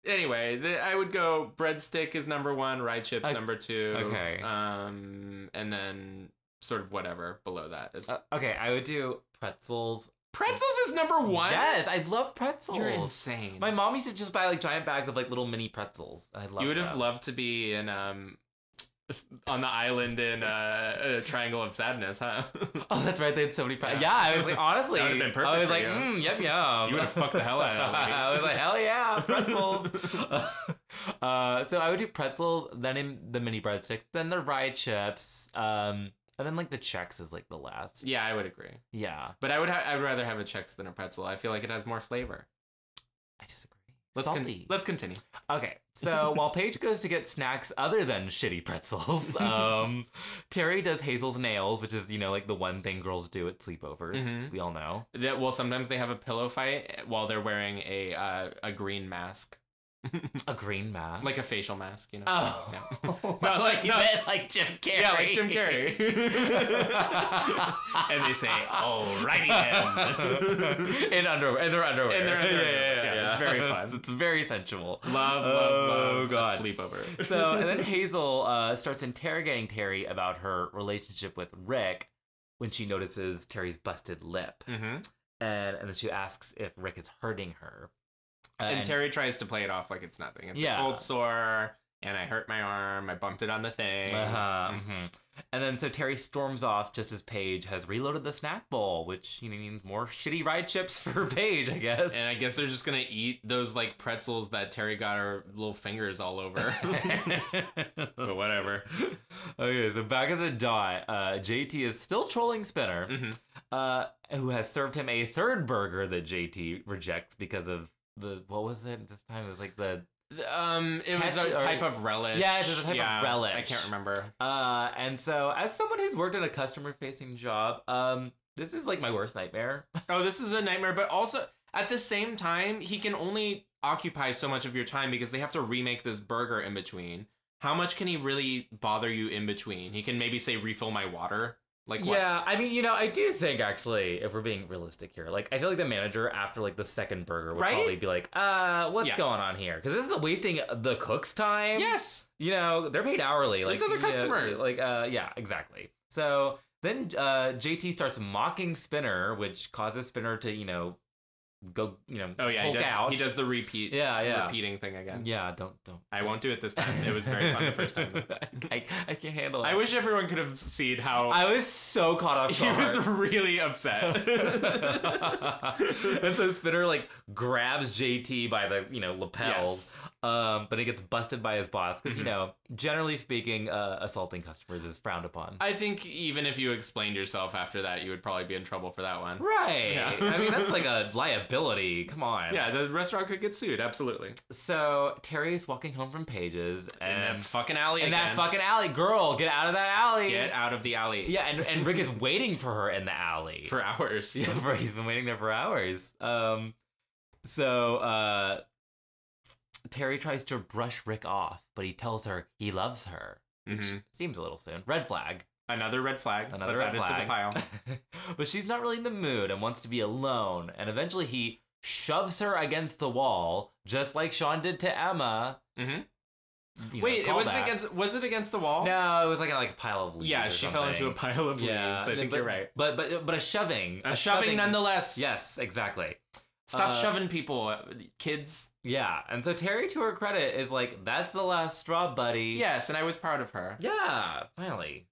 B: anyway, the, I would go breadstick is number one, rye chips
A: Ok-
B: number two.
A: okay.
B: Um, and then sort of whatever below that is.
A: Uh, okay, I would do pretzels.
B: pretzels is number one.
A: Yes, I love pretzels.
B: You're insane.
A: My mom used to just buy like giant bags of like little mini pretzels. and I love
B: you would have
A: them.
B: loved to be in um on the island in uh, a Triangle of Sadness, huh? (laughs)
A: Oh, that's right. They had so many pretzels.
B: Yeah.
A: Yeah. I was like, honestly,
B: That would've been perfect
A: I was
B: for
A: like,
B: you.
A: mm, yum yum.
B: You would've fucked the hell out of that
A: (laughs)
B: lady.
A: I was like, hell yeah, (laughs) pretzels. uh, so I would do pretzels, then in the mini breadsticks, then the rye chips, um, and then like the checks is like the last.
B: yeah, I would agree.
A: Yeah,
B: But I would ha- I'd rather have a Chex than a pretzel. I feel like it has more flavor.
A: I disagree.
B: Let's con-
A: Salty.
B: let's continue.
A: Okay,
B: (laughs)
A: so while Paige goes to get snacks other than shitty
B: (laughs)
A: pretzels, um, Terry does Hazel's nails, which is, you know, like the one thing girls do at sleepovers.
B: Mhm.
A: We all know.
B: That well, sometimes they have a pillow fight while they're wearing a uh, a green mask,
A: A green mask. (laughs)
B: like a (laughs) facial mask, you know.
A: Oh.
B: Yeah. (laughs)
A: Well,
B: like-
A: you
B: no.
A: meant like Jim Carrey.
B: Yeah, like
A: (laughs)
B: Jim Carrey. and they say, "Alrighty
A: (laughs)
B: then."
A: in underwear. In their underwear.
B: In their underwear. Yeah, it's very fun. (laughs)
A: It's, it's very sensual.
B: love, love,
A: Oh,
B: love. a
A: God. (laughs)
B: sleepover.
A: So, and then Hazel uh, starts interrogating Terry about her relationship with Rick when she notices Terry's busted lip.
B: hmm
A: and and then she asks if Rick is hurting her. Uh,
B: And Terry tries to play it off like it's nothing. It's
A: Yeah.
B: a cold sore, and I hurt my arm. I bumped it on the thing.
A: uh-huh, mhm. And then so Terry storms off just as Paige has reloaded the snack bowl, which you know, means more shitty ride chips (laughs) for Paige, I guess.
B: And I guess they're just gonna eat those like pretzels that Terry got her little fingers all
A: (laughs)
B: over. but whatever.
A: okay, so back at the dot, uh, JT is still trolling Spinner,
B: Mhm.
A: uh, who has served him a third burger that JT rejects because of the what was it this time? It was like the
B: Um, it was
A: Ketchup-
B: a
A: or-
B: type of relish.
A: Yeah, it was a type of relish.
B: I can't remember.
A: Uh, and so, as someone who's worked in a customer facing job, um, this is like my worst nightmare.
B: Oh, this is a nightmare. But also at the same time, he can only occupy so much of your time because they have to remake this burger in between. How much can he really bother you in between? He can maybe say refill my water. Like what?
A: yeah, I mean, you know, I do think actually, if we're being realistic here, like I feel like the manager after like the second burger would
B: Right?
A: probably be like, "Uh, what's
B: Yeah.
A: going on here?" Because this is wasting the cook's time.
B: Yes.
A: you know, they're paid hourly. Like
B: There's other
A: you know,
B: customers.
A: like uh, yeah, exactly. So then uh, JT starts mocking Spinner, which causes Spinner to you know go you know
B: Oh yeah, he
A: Hulk
B: does,
A: out.
B: he does the repeat.
A: Yeah, yeah.
B: Repeating thing again.
A: yeah, don't don't.
B: I won't do it this time. (laughs) It was very
A: (laughs)
B: fun the first time.
A: I, I can't handle it.
B: I wish everyone could have seen how
A: I was so caught off
B: (laughs) he
A: guard.
B: was really upset.
A: (laughs) and so Spinner like grabs JT by the you know lapels,
B: Yes.
A: um, but he gets busted by his boss because you
B: Mhm.
A: know generally speaking, uh, assaulting customers is frowned upon.
B: I think even if you explained yourself after that, you would probably be in trouble for that one.
A: right?
B: Yeah.
A: I mean that's
B: (laughs)
A: like a liability. Come on.
B: Yeah, the restaurant could get sued. Absolutely.
A: So Terry is walking home from Pages,
B: In
A: and
B: that fucking
A: (laughs)
B: alley.
A: in that
B: again.
A: fucking alley, girl, get out of that alley.
B: Get out of the alley.
A: yeah, and, and Rick is waiting for her in the alley. (laughs)
B: For hours. (laughs)
A: Yeah, for, he's been waiting there for hours. Um, so uh, Terry tries to brush Rick off, but he tells her he loves her.
B: Mhm.
A: Seems a little soon. Red flag.
B: Another red flag.
A: Another
B: Let's
A: red
B: add it to the
A: flag.
B: pile.
A: but she's not really in the mood and wants to be alone. And eventually, he shoves her against the wall, just like Sean did to Emma.
B: Mhm.
A: (laughs) you know,
B: Wait, it wasn't
A: callback.
B: against. Was it against the wall?
A: No, it was like in like a pile of leaves.
B: Yeah,
A: or
B: she fell into a
A: something.
B: pile of leaves.
A: Yeah,
B: I think
A: but,
B: you're right.
A: But but but a shoving,
B: A, shoving, nonetheless.
A: Yes, exactly.
B: Stop
A: Uh,
B: shoving people, uh, kids.
A: Yeah, and so Terry, to her credit, is like, "That's the last straw, buddy."
B: Yes, and I was proud of her.
A: Yeah, finally.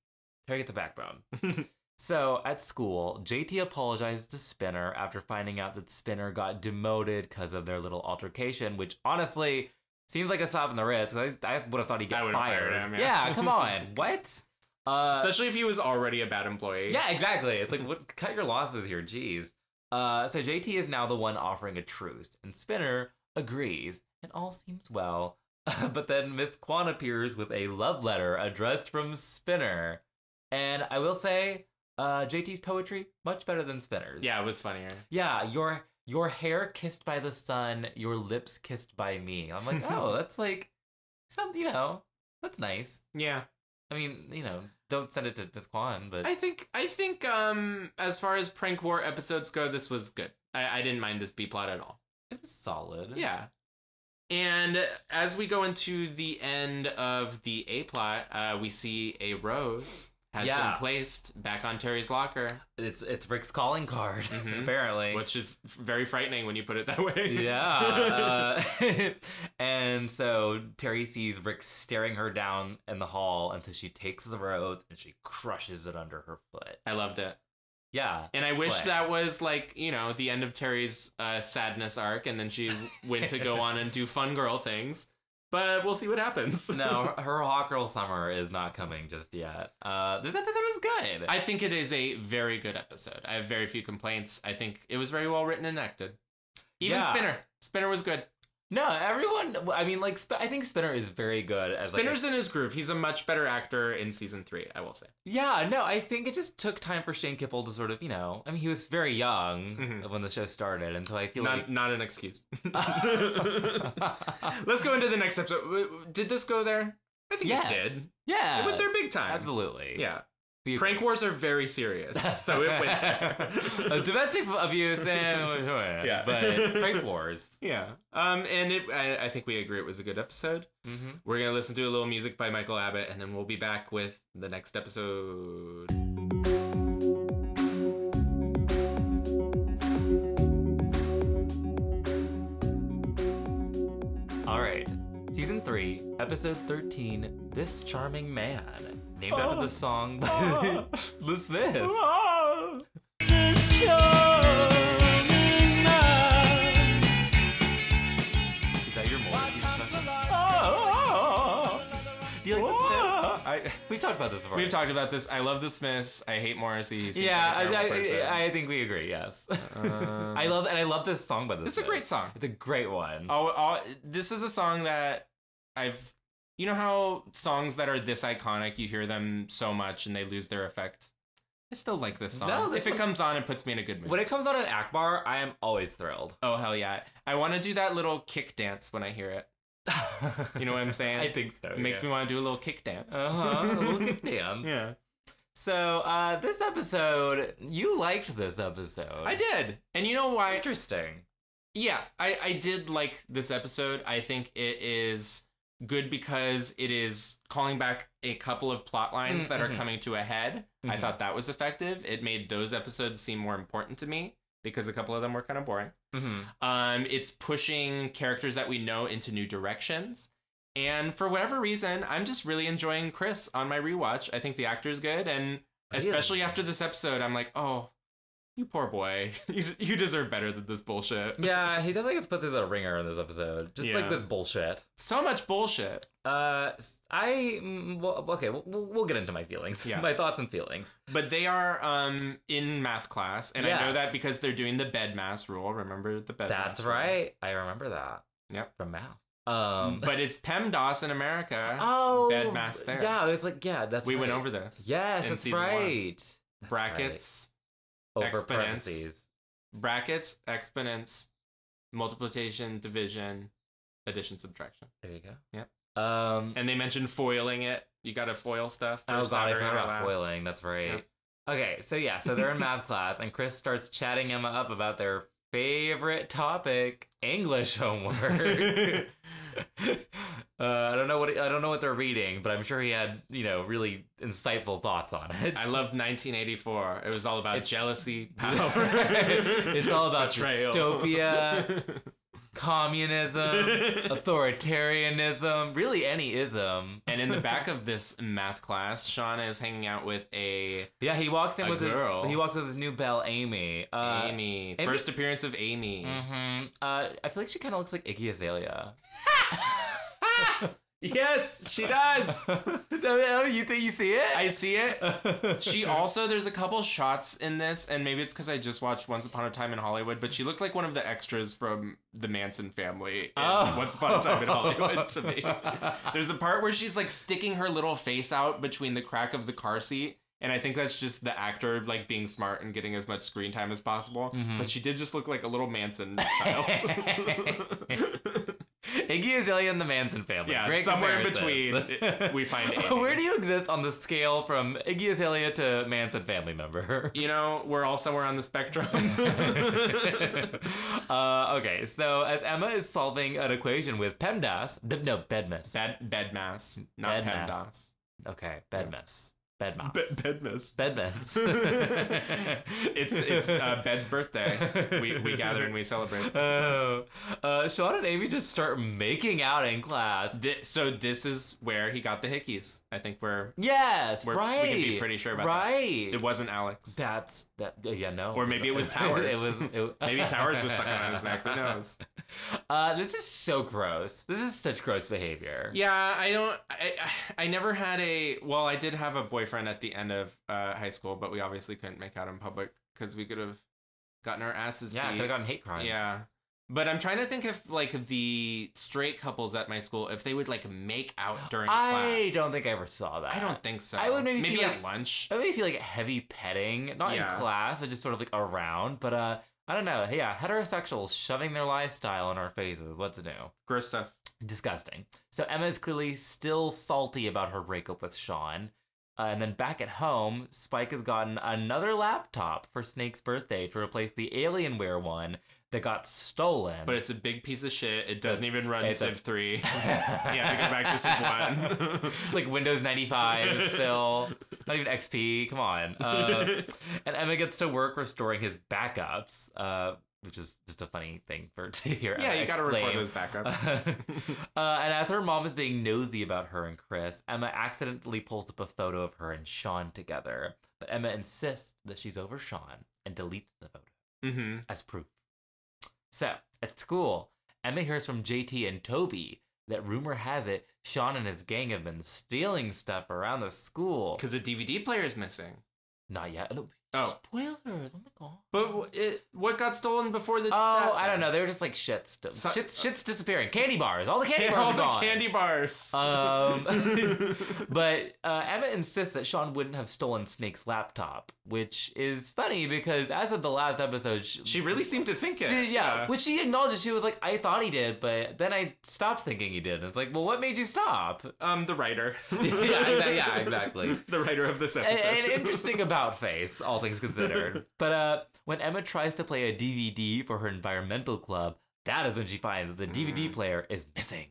A: Terry gets a
B: (laughs)
A: backbone. so at school, JT apologized to Spinner after finding out that Spinner got demoted because of their little altercation, which honestly seems like a slap in the wrist. 'cause I, I would have thought he'd
B: I
A: get
B: would've
A: fired.
B: fired him, yeah.
A: come
B: (laughs)
A: on. what? Uh,
B: Especially if he was already a bad employee.
A: yeah, exactly. It's like, what? Cut your losses here, jeez. Uh, so JT is now the one offering a truce, and Spinner agrees, and all seems well. (laughs) but then Miss Kwan appears with a love letter addressed from Spinner, and I will say, uh, JT's poetry much better than Spinner's.
B: Yeah, it was funnier.
A: yeah. Your your hair kissed by the sun, your lips kissed by me. I'm
B: (laughs)
A: like, oh, that's like some, you know, that's nice.
B: Yeah.
A: I mean, you know, don't send it to Miss Kwan, but
B: I think I think um as far as prank war episodes go, this was good. I, I didn't mind this B plot at all.
A: it was solid.
B: Yeah. And as we go into the end of the A plot, uh, we see a rose has
A: Yeah.
B: been placed back on Terry's locker,
A: It's it's Rick's calling card, (laughs)
B: Mhm.
A: apparently.
B: which (laughs) is f- very frightening when you put it that way.
A: yeah. (laughs) uh, and so Terry sees Rick staring her down in the hall, and so she takes the rose and she crushes it under her foot.
B: (laughs) I loved it.
A: Yeah.
B: And I wish
A: slay. (laughs)
B: that was like, you know, the end of Terry's uh, sadness arc, and then she went
A: (laughs)
B: to go on and do fun girl things. But we'll see what happens.
A: no, her- her hot girl summer is not coming just yet. Uh, this episode is good.
B: I think it is a very good episode. I have very few complaints. I think it was very well written and acted. Even
A: Yeah.
B: Spinner. Spinner was good.
A: no, everyone. I mean, like, Sp- I think Spinner is very good as like, a
B: Spinner's in his groove. He's a much better actor in season three, I will say.
A: Yeah, no, I think it just took time for Shane Kipple to sort of, you know, I mean, he was very young
B: Mhm.
A: when the show started, and so I feel
B: Not, not an
A: (laughs)
B: excuse. (laughs) Let's go into the next episode. W- w- Did this go there? I think
A: yes,
B: it did.
A: yeah,
B: It went there big time.
A: absolutely,
B: Yeah.
A: We- (laughs)
B: Prank wars are very serious, so it went
A: Uh,
B: there. (laughs)
A: domestic abuse, and, (laughs)
B: Yeah.
A: but
B: (laughs)
A: prank wars.
B: yeah. Um, and it, I, I think we agree it was a good episode.
A: hmm
B: We're gonna listen to a little music by Michael Abbott, and then we'll be back with the next episode.
A: All right, season three, episode thirteen. This charming man, named
B: Oh.
A: after the song
B: (laughs)
A: by The Smith. Is that your more? (laughs) Do you like The Smiths?
B: I,
A: We've talked about this before.
B: (laughs) we've talked about this. I love the Smiths. I hate Morrissey. He seems
A: Yeah,
B: like a terrible person.
A: I, I, I think we agree. Yes, (laughs)
B: Um,
A: I love and I love this song by the.
B: It's a great
A: Smiths.
B: song.
A: It's a great one.
B: Oh, oh, this is a song that I've. You know how songs that are this iconic, you hear them so much and they lose their effect. I still like this song.
A: No, this
B: if it
A: one-
B: comes on, it puts me in a good mood.
A: When it comes on at Akbar, I am always
B: (laughs)
A: thrilled.
B: oh hell yeah! I want to do that little kick dance when I hear it. You know what I'm
A: (laughs)
B: saying?
A: I think so.
B: It makes me want to do a little kick dance.
A: Uh huh. (laughs) A little
B: (laughs)
A: kick dance.
B: yeah,
A: So uh, this episode, you liked this episode.
B: I did. And you know why?
A: Interesting.
B: Yeah, I, I did like this episode. I think it is good because it is calling back a couple of plot lines
A: Mm,
B: that are
A: mhm.
B: coming to a head. I
A: Mhm.
B: thought that was effective. It made those episodes seem more important to me because a couple of them were kind of boring.
A: Mm-hmm.
B: Um, it's pushing characters that we know into new directions. And for whatever reason, I'm just really enjoying Chris on my rewatch. I think the actor's good. And especially after this episode, I'm like, oh, you poor boy. (laughs) you, you deserve better than this bullshit.
A: Yeah, he definitely gets put through the ringer in this episode, just like
B: Yeah.
A: with bullshit.
B: So much bullshit.
A: Uh, I mm, well, okay, we'll, we'll get into my feelings,
B: Yeah.
A: (laughs) my thoughts and feelings.
B: But they are um in math class, and I know
A: Yes.
B: that because they're doing the bed mass rule. Remember the bed.
A: That's
B: mass rule?
A: right. I remember that.
B: Yep. Mm,
A: From math. Um.
B: But it's PEMDAS in America.
A: oh.
B: bed mass there.
A: Yeah, it was like yeah. That's
B: we went
A: right.
B: over this.
A: Yes,
B: in
A: that's
B: season one.
A: right. That's
B: Brackets,
A: right. over
B: exponents.
A: parentheses.
B: brackets, exponents, multiplication, division, addition, subtraction.
A: There you go.
B: Yep.
A: Um.
B: And they mentioned foiling it. You got to foil stuff.
A: oh
B: first
A: god, I
B: order
A: forgot
B: or
A: about
B: last.
A: foiling. That's right. Okay, so yeah, so they're in math class, and Chris starts chatting (laughs)
B: (laughs)
A: Emma up about their favorite topic, English homework. uh, I don't know what I don't know what they're reading, but I'm sure he had you know really insightful thoughts on it.
B: I loved 1984. It was all
A: (laughs)
B: about jealousy, power.
A: it's all about
B: betrayal.
A: dystopia,
B: (laughs)
A: communism, authoritarianism, really any ism.
B: and in the back of this math class, Shauna is hanging out with a
A: Yeah, he walks in
B: A
A: with
B: girl.
A: his he walks with his new belle Amy. Uh,
B: Amy.
A: Amy-
B: First appearance of Amy.
A: mhm. Uh, I feel like she kind of looks like Iggy Azalea.
B: (laughs) Yes,
A: (laughs)
B: she does.
A: oh, you think you see it?
B: I see it. She also there's a couple shots in this, and maybe it's because I just watched Once Upon a Time in Hollywood, but she looked like one of the extras from the Manson family in
A: Oh.
B: Once Upon
A: (laughs)
B: a Time in Hollywood to me. There's a part where she's like sticking her little face out between the crack of the car seat. And I think that's just the actor like being smart and getting as much screen time as possible.
A: Mhm.
B: But she did just look like a little Manson
A: (laughs)
B: child.
A: (laughs) Iggy Azalea and the Manson family.
B: Yeah,
A: Great
B: somewhere in
A: comparison.
B: between, we
A: (laughs)
B: find Amy.
A: Where do you exist on the scale from Iggy Azalea to Manson family
B: (laughs)
A: member?
B: you know, we're all somewhere on the spectrum.
A: (laughs) uh, okay, so as Emma is solving an equation with PEMDAS, b- no, E BEDMAS.
B: Bed bed mass, not
A: Bed
B: bed
A: mass. okay, E BEDMAS. BEDMAS.
B: PEMDAS. Be- bed
A: (laughs)
B: mass.
A: BEDMAS.
B: (laughs) it's it's uh, Bed's birthday. We we gather and we celebrate.
A: Oh. Uh, Sean and Amy just start making out in class.
B: Thi- so this is where he got the hickeys. I think we're
A: Yes,
B: We're- we
A: right.
B: can be pretty sure about that.
A: right.
B: it wasn't Alex.
A: That's that. Yeah, no.
B: Or maybe
A: (laughs)
B: it was Towers.
A: it was it,
B: (laughs) Maybe Towers was sucking on his neck. Who knows?
A: (laughs) Uh, this is so gross. This is such gross behavior.
B: Yeah, I don't. I I I never had a. Well, I did have a boyfriend at the end of uh, high school, but we obviously couldn't make out in public because we could have gotten our asses
A: yeah.
B: beat.
A: Could have gotten hate crime.
B: Yeah. But I'm trying to think if like the straight couples at my school if they would like make out during
A: I
B: class.
A: don't think I ever saw that.
B: I don't think so.
A: I would maybe see,
B: maybe at
A: like-
B: lunch.
A: I maybe see like heavy petting, not
B: Yeah.
A: in class, but just sort of like around. But uh, I don't know. Yeah, heterosexuals shoving their lifestyle in our faces. What's new?
B: Gross stuff.
A: Disgusting. So Emma is clearly still salty about her breakup with Sean. Uh, and then back at home, Spike has gotten another laptop for Snake's birthday to replace the Alienware one that got stolen. (laughs)
B: But it's a big piece of shit. It doesn't even run
A: It's a-
B: Civ
A: (laughs)
B: 3. (laughs) you have to go back to Civ 1.
A: It's like Windows 95 still. Not even XP. Come on. Uh, and Emma gets to work restoring his backups, uh, which is just a funny thing for (laughs) to hear.
B: yeah,
A: Emma
B: you got to
A: exclaim.
B: record
A: (laughs)
B: those backups.
A: uh, and as her mom is being nosy about her and Chris, Emma accidentally pulls up a photo of her and Sean together. But Emma insists that she's over Sean and deletes the photo
B: hmm
A: as proof. So, at school, Emma hears from JT and Toby that rumor has it Sean and his gang have been stealing stuff around the school.
B: Cuz a DVD player is missing.
A: Not yet. No,
B: Oh.
A: Spoilers. Oh my god.
B: But w- it, what got stolen before the
A: Oh,
B: that-
A: I don't know. They were just like shit. St-
B: So- uh,
A: shit's, shit's disappearing. Candy bars. All the candy bars
B: all
A: are
B: the
A: gone.
B: candy bars. (laughs)
A: Um, (laughs) but uh, Emma insists that Sean wouldn't have stolen Snake's laptop, which is funny because as of the last episode, she,
B: she really seemed to think it.
A: she- yeah,
B: Uh,
A: which she acknowledges. She was like, "I thought he did, but then I stopped thinking he did." And it's like, well, what made you stop?
B: Um, the writer.
A: exa- (laughs)
B: (laughs)
A: yeah, exactly.
B: The writer of (laughs) this
A: An,
B: episode.
A: an interesting about face, all things considered. But uh, when Emma tries to play a DVD for her environmental club, that is when she finds that the DVD player is missing.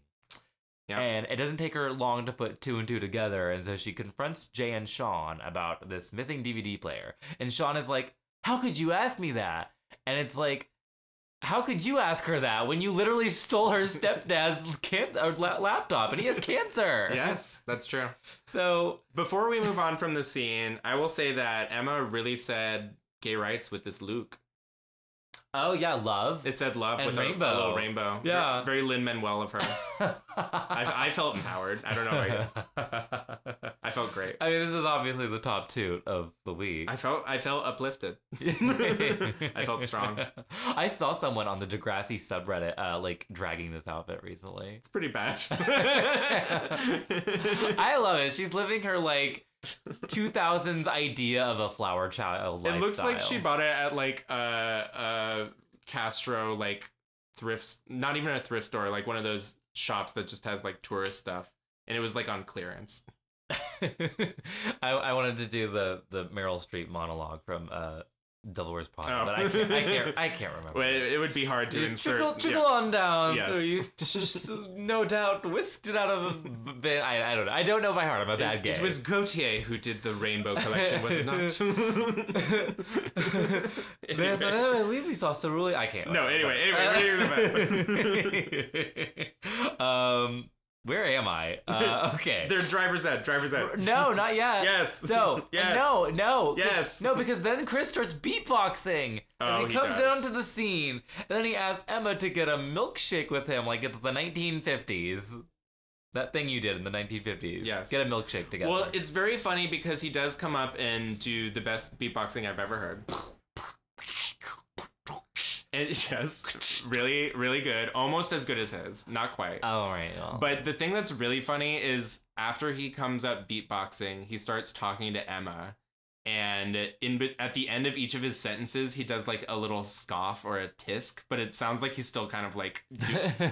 B: Yeah.
A: And it doesn't take her long to put two and two together, and so she confronts Jay and Sean about this missing DVD player. And Sean is like, How could you ask me that? And it's like, how could you ask her that when you literally stole her stepdad's (laughs) can- or la- laptop and he has
B: (laughs)
A: cancer?
B: yes, that's true.
A: So
B: Before we move on from the scene, I will say that Emma really said gay rights with this Luke.
A: Oh yeah, love. (laughs)
B: It said love
A: And
B: with a- A,
A: rainbow.
B: little rainbow.
A: Yeah.
B: Very Lin Manuel of her. I, I felt empowered. I don't know.
A: (laughs)
B: Right? I felt great.
A: I mean, this is obviously the top two of the week. (laughs)
B: I felt I felt uplifted. I felt strong.
A: I saw someone on the Degrassi subreddit uh, like dragging this outfit recently.
B: It's
A: (laughs)
B: pretty bad.
A: I love it. She's living her like 2000s idea of a flower child.
B: it looks like
A: lifestyle.
B: she bought it at like a uh, uh, Castro like thrifts, not even a thrift store, like one of those shops that just has like tourist stuff, and it was like on clearance.
A: (laughs) I, I wanted to do the the Meryl Streep monologue from uh Devil Wears Prada,
B: Oh.
A: but I can't, I can't, I can't remember.
B: Well, it it would be hard to
A: You
B: insert.
A: trickle, trickle
B: yeah.
A: on down.
B: Yes.
A: So you (laughs) just, no doubt whisked it out of a b- bin. I, I don't know. I don't know by heart. I'm a bad gay.
B: It
A: (laughs)
B: was Gautier who did the rainbow collection, was it not?
A: (laughs) There's another I believe we saw Cerulean. I can't.
B: No, anyway, anyway,
A: Uh,
B: what are you
A: (laughs) um, where am I?
B: (laughs)
A: Uh, okay.
B: They're driver's ed, driver's ed.
A: no, not yet.
B: Yes.
A: So
B: (laughs) Yes.
A: no, no. 'cause-
B: Yes.
A: No, because then Chris starts beatboxing.
B: Oh,
A: and
B: he
A: he comes
B: does.
A: onto the scene, and then he asks Emma to get a milkshake with him, like it's the 1950s. That thing you did in the 1950s.
B: Yes.
A: Get a milkshake together.
B: Well, it's very funny because he does come up and do the best beatboxing I've ever heard. And (laughs) yes, really, really good. Almost as good as his. Not quite.
A: (laughs) all right. Well. (laughs)
B: But the thing that's really funny is after he comes up beatboxing, he starts talking to Emma, and in be- at the end of each of his sentences, he does like a little scoff or a tisk, but it sounds like he's still kind of like do-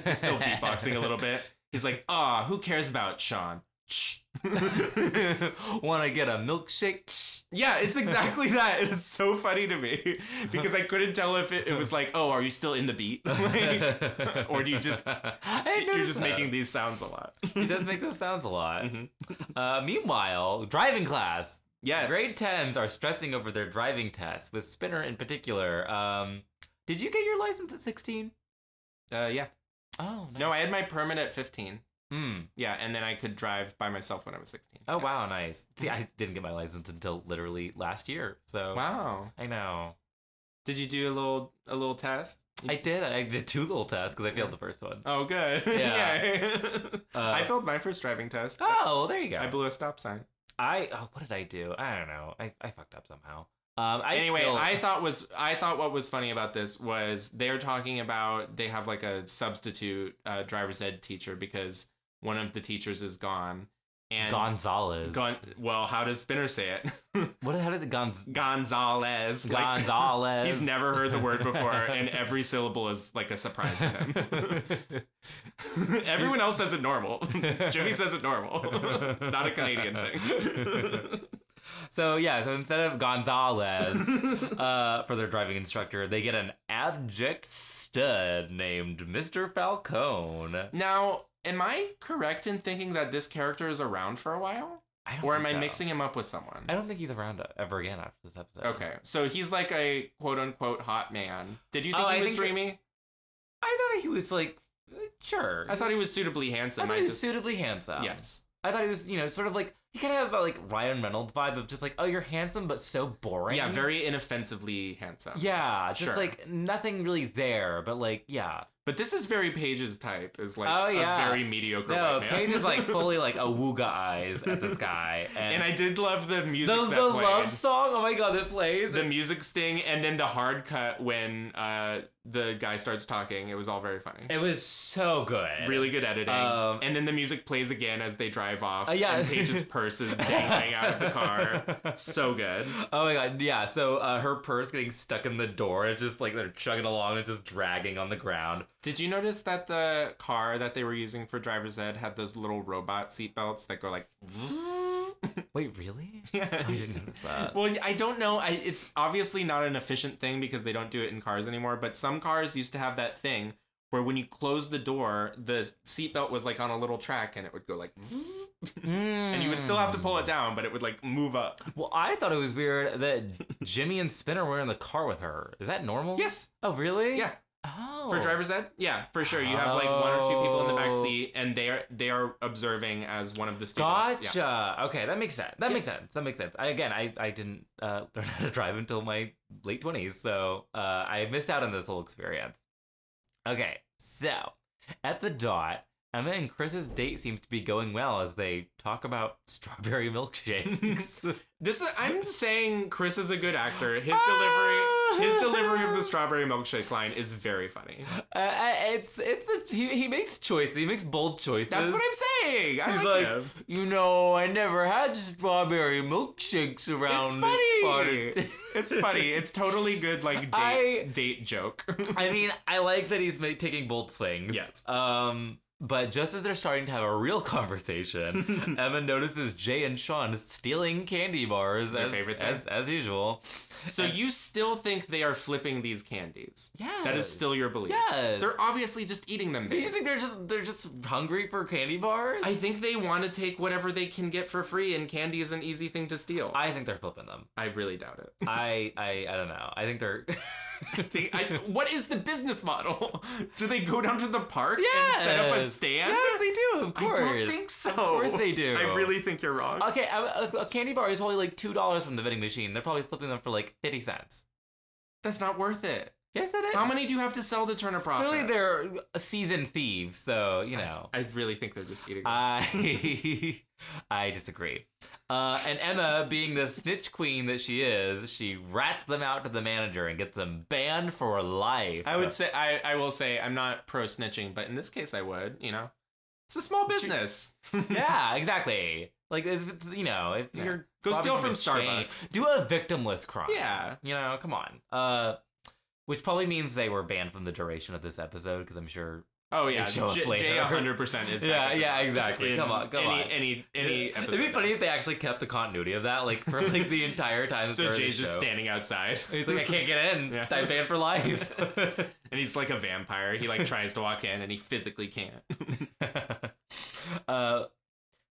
B: he's still beatboxing a little bit. He's like, "Ah, who cares about Sean?" Shh.
A: Want to get a milkshake?
B: yeah, it's exactly that. It is so funny to me because I couldn't tell if it, it was like, "Oh, are you still in the beat?" (laughs)
A: (laughs)
B: Like, (laughs) or do you just- you're just making these sounds a lot.
A: He does make those sounds a
B: (laughs)
A: lot.
B: Mm-hmm.
A: Uh, meanwhile, driving class.
B: Yes.
A: Grade tens are stressing over their driving tests, with Spinner in particular. Um, did you get your license at sixteen?
B: Uh, yeah.
A: Oh
B: No, I had my permit at 15.
A: Hmm.
B: Yeah, and then I could drive by myself when I was 16.
A: Oh wow,
B: Yes.
A: nice. See, I didn't get my license until literally last year. So
B: Wow.
A: I know.
B: Did you do a little a little test?
A: I did. I did two little tests because I failed the first one.
B: Oh, good. (laughs)
A: Yeah.
B: Yay.
A: Uh,
B: I failed my first driving test.
A: Oh, there you go.
B: I blew a stop sign.
A: I oh, what did I do? I don't know. I, I fucked up somehow. Um. I
B: anyway,
A: still-
B: I thought was I thought what was funny about this was they're talking about they have like a substitute uh, driver's ed teacher because one of the teachers is gone and
A: Gonzalez.
B: Gon- well, how does Spinner say it? (laughs)
A: what? How does it? Gonz-
B: Gonzalez. like- (laughs)
A: Gonzalez. (laughs)
B: He's never (laughs) heard the word before, and every syllable is like a surprise to him. (laughs) Everyone else says it normal.
A: (laughs)
B: Jimmy says it normal. (laughs) it's not a Canadian thing.
A: (laughs) So yeah, so instead of
B: (laughs)
A: Gonzalez uh, for their driving instructor, they get an abject stud named Mr. Falcone.
B: now, am I correct in thinking that this character is around for a while?
A: I don't
B: Or am
A: think
B: I
A: so.
B: mixing him up with someone?
A: I don't think he's around ever again after this episode.
B: Okay, so he's like a quote unquote hot man. Did you think
A: Oh,
B: he
A: I
B: was
A: think-
B: dreamy?
A: I thought he was like uh, sure.
B: I thought he was suitably
A: I
B: handsome.
A: thought he was
B: just-
A: suitably handsome.
B: Yes.
A: I thought he was, you know, sort of like he kind of has that like Ryan Reynolds vibe of just like, oh, you're handsome but so boring.
B: Yeah, very inoffensively handsome.
A: Yeah, just
B: Sure.
A: like nothing really there, but like yeah.
B: But this is very Paige's type, is like
A: Oh,
B: a
A: yeah.
B: very mediocre
A: No,
B: white man.
A: Paige is
B: (laughs)
A: like fully like a wooga eyes at this guy, and, (laughs)
B: and I did love the music
A: the,
B: that
A: the
B: played.
A: love song. Oh my god, that plays.
B: the music sting and then the hard cut when uh, the guy starts talking. It was all very funny.
A: it was so good.
B: Really good editing.
A: Um,
B: and then the music plays again as they drive off.
A: Uh, yeah.
B: And Paige's purse (laughs) is dangling out of the car. So good.
A: Oh my god, yeah. So uh, her purse getting stuck in the door. It's just like they're chugging along and just dragging on the ground.
B: Did you notice that the car that they were using for driver's ed had those little robot seatbelts that go like. (laughs)
A: Wait, really?
B: Yeah.
A: I didn't notice that.
B: Well, I don't know. I, it's obviously not an efficient thing because they don't do it in cars anymore. But some cars used to have that thing where when you close the door, the seatbelt was like on a little track and it would go like, (laughs) and you would still have to pull it down, but it would like move up.
A: Hmm. Well, I thought it was weird that Jimmy and Spinner were in the car with her. Is that normal?
B: Yes.
A: Oh, really?
B: Yeah.
A: Oh.
B: For driver's ed, yeah, for sure. You have like one or two people in the back
A: Oh.
B: seat, and they are they are observing as one of the students.
A: Gotcha. Okay, that makes sense. That makes sense. That makes sense. I, again, I, I didn't uh, (laughs) learn how to drive until my late twenties, so uh, I missed out on this whole experience. Okay, so at the dot, Emma and Chris's date seems to be going well as they talk about (laughs) strawberry
B: (laughs)
A: milkshakes. Uh,
B: This is, I'm saying Chris is a good actor. His
A: Ah.
B: delivery his delivery of the strawberry milkshake line is very funny.
A: uh, uh, it's it's a, he, he makes choices. He makes bold choices.
B: That's what I'm saying. I
A: He's like,
B: like, him.
A: you know, I never had strawberry milkshakes around this part (laughs) of
B: funny. It's funny. It's totally good like date
A: I-
B: date joke. (laughs)
A: I mean, I like that he's ma- taking bold swings.
B: Yes.
A: Um, But just as they're starting to have a real conversation,
B: (laughs)
A: Emma notices Jay and Sean stealing candy bars
B: Their
A: as,
B: favorite thing.
A: as, as usual.
B: So you still think they are flipping these candies?
A: Yeah.
B: That is still your belief.
A: Yes.
B: They're obviously just eating them.
A: Do you
B: There.
A: just think they're just they're just hungry for candy bars?
B: I think they want to take whatever they can get for free, and candy is an easy thing to steal. I,
A: I think they're flipping them.
B: really doubt it. (laughs)
A: I I I don't know. I think they're (laughs)
B: I think, I, what is the business model? (laughs) Do they go down to the park and set up a
A: Yes.
B: stand?
A: Yes, they do. Of course.
B: I don't think so. Of
A: course they do.
B: I really think you're wrong.
A: Okay, a, a- a candy bar is probably like two dollars from the vending machine. They're probably flipping them for like fifty cents.
B: That's not worth it.
A: Yes, it is.
B: How many do you have to sell to turn a profit?
A: Clearly, they're seasoned thieves, so you know.
B: I, I really think they're just eating.
A: I (laughs) I disagree. Uh, and Emma, being the snitch queen that she is, she rats them out to the manager and gets them banned for life.
B: I would say I, I will say I'm not pro snitching, but in this case I would, you know. It's a small business.
A: (laughs) yeah, exactly. Like if it's, you know, if
B: Yeah.
A: you're
B: Go
A: robbing
B: steal from
A: a chain,
B: Starbucks.
A: do a victimless crime.
B: Yeah.
A: you know, come on. Uh, which probably means they were banned from the duration of this episode because I'm sure
B: Oh yeah.
A: They show up
B: J,
A: later.
B: J 100%
A: (laughs) Yeah,
B: is back at the
A: yeah,
B: top
A: exactly.
B: in
A: Come on, come
B: any,
A: on.
B: Any any episode.
A: It'd be funny if they actually kept the continuity of that, like for like the entire time.
B: (laughs) So
A: throughout the
B: Jay's just
A: show.
B: standing outside.
A: (laughs) He's like, I
B: (laughs)
A: can't get in.
B: Yeah.
A: I'm banned for life.
B: (laughs)
A: (laughs)
B: and he's like a vampire. He like tries to walk in and he physically can't.
A: uh,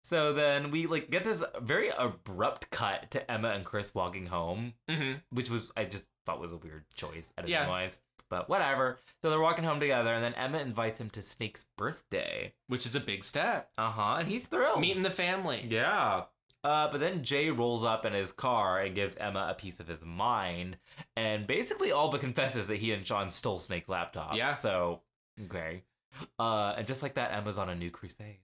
A: so then we like get this very abrupt cut to Emma and Chris walking home,
B: mm-hmm.
A: which was I just thought was a weird choice editing
B: Yeah.
A: wise, but whatever. So they're walking home together, and then Emma invites him to Snake's birthday.
B: Which is a big step.
A: Uh huh, and he's thrilled.
B: Meeting the family.
A: Yeah. Uh, but then Jay rolls up in his car and gives Emma a piece of his mind, and basically all but confesses that he and Sean stole Snake's laptop.
B: Yeah.
A: So okay, uh, and just like that, Emma's on a new crusade.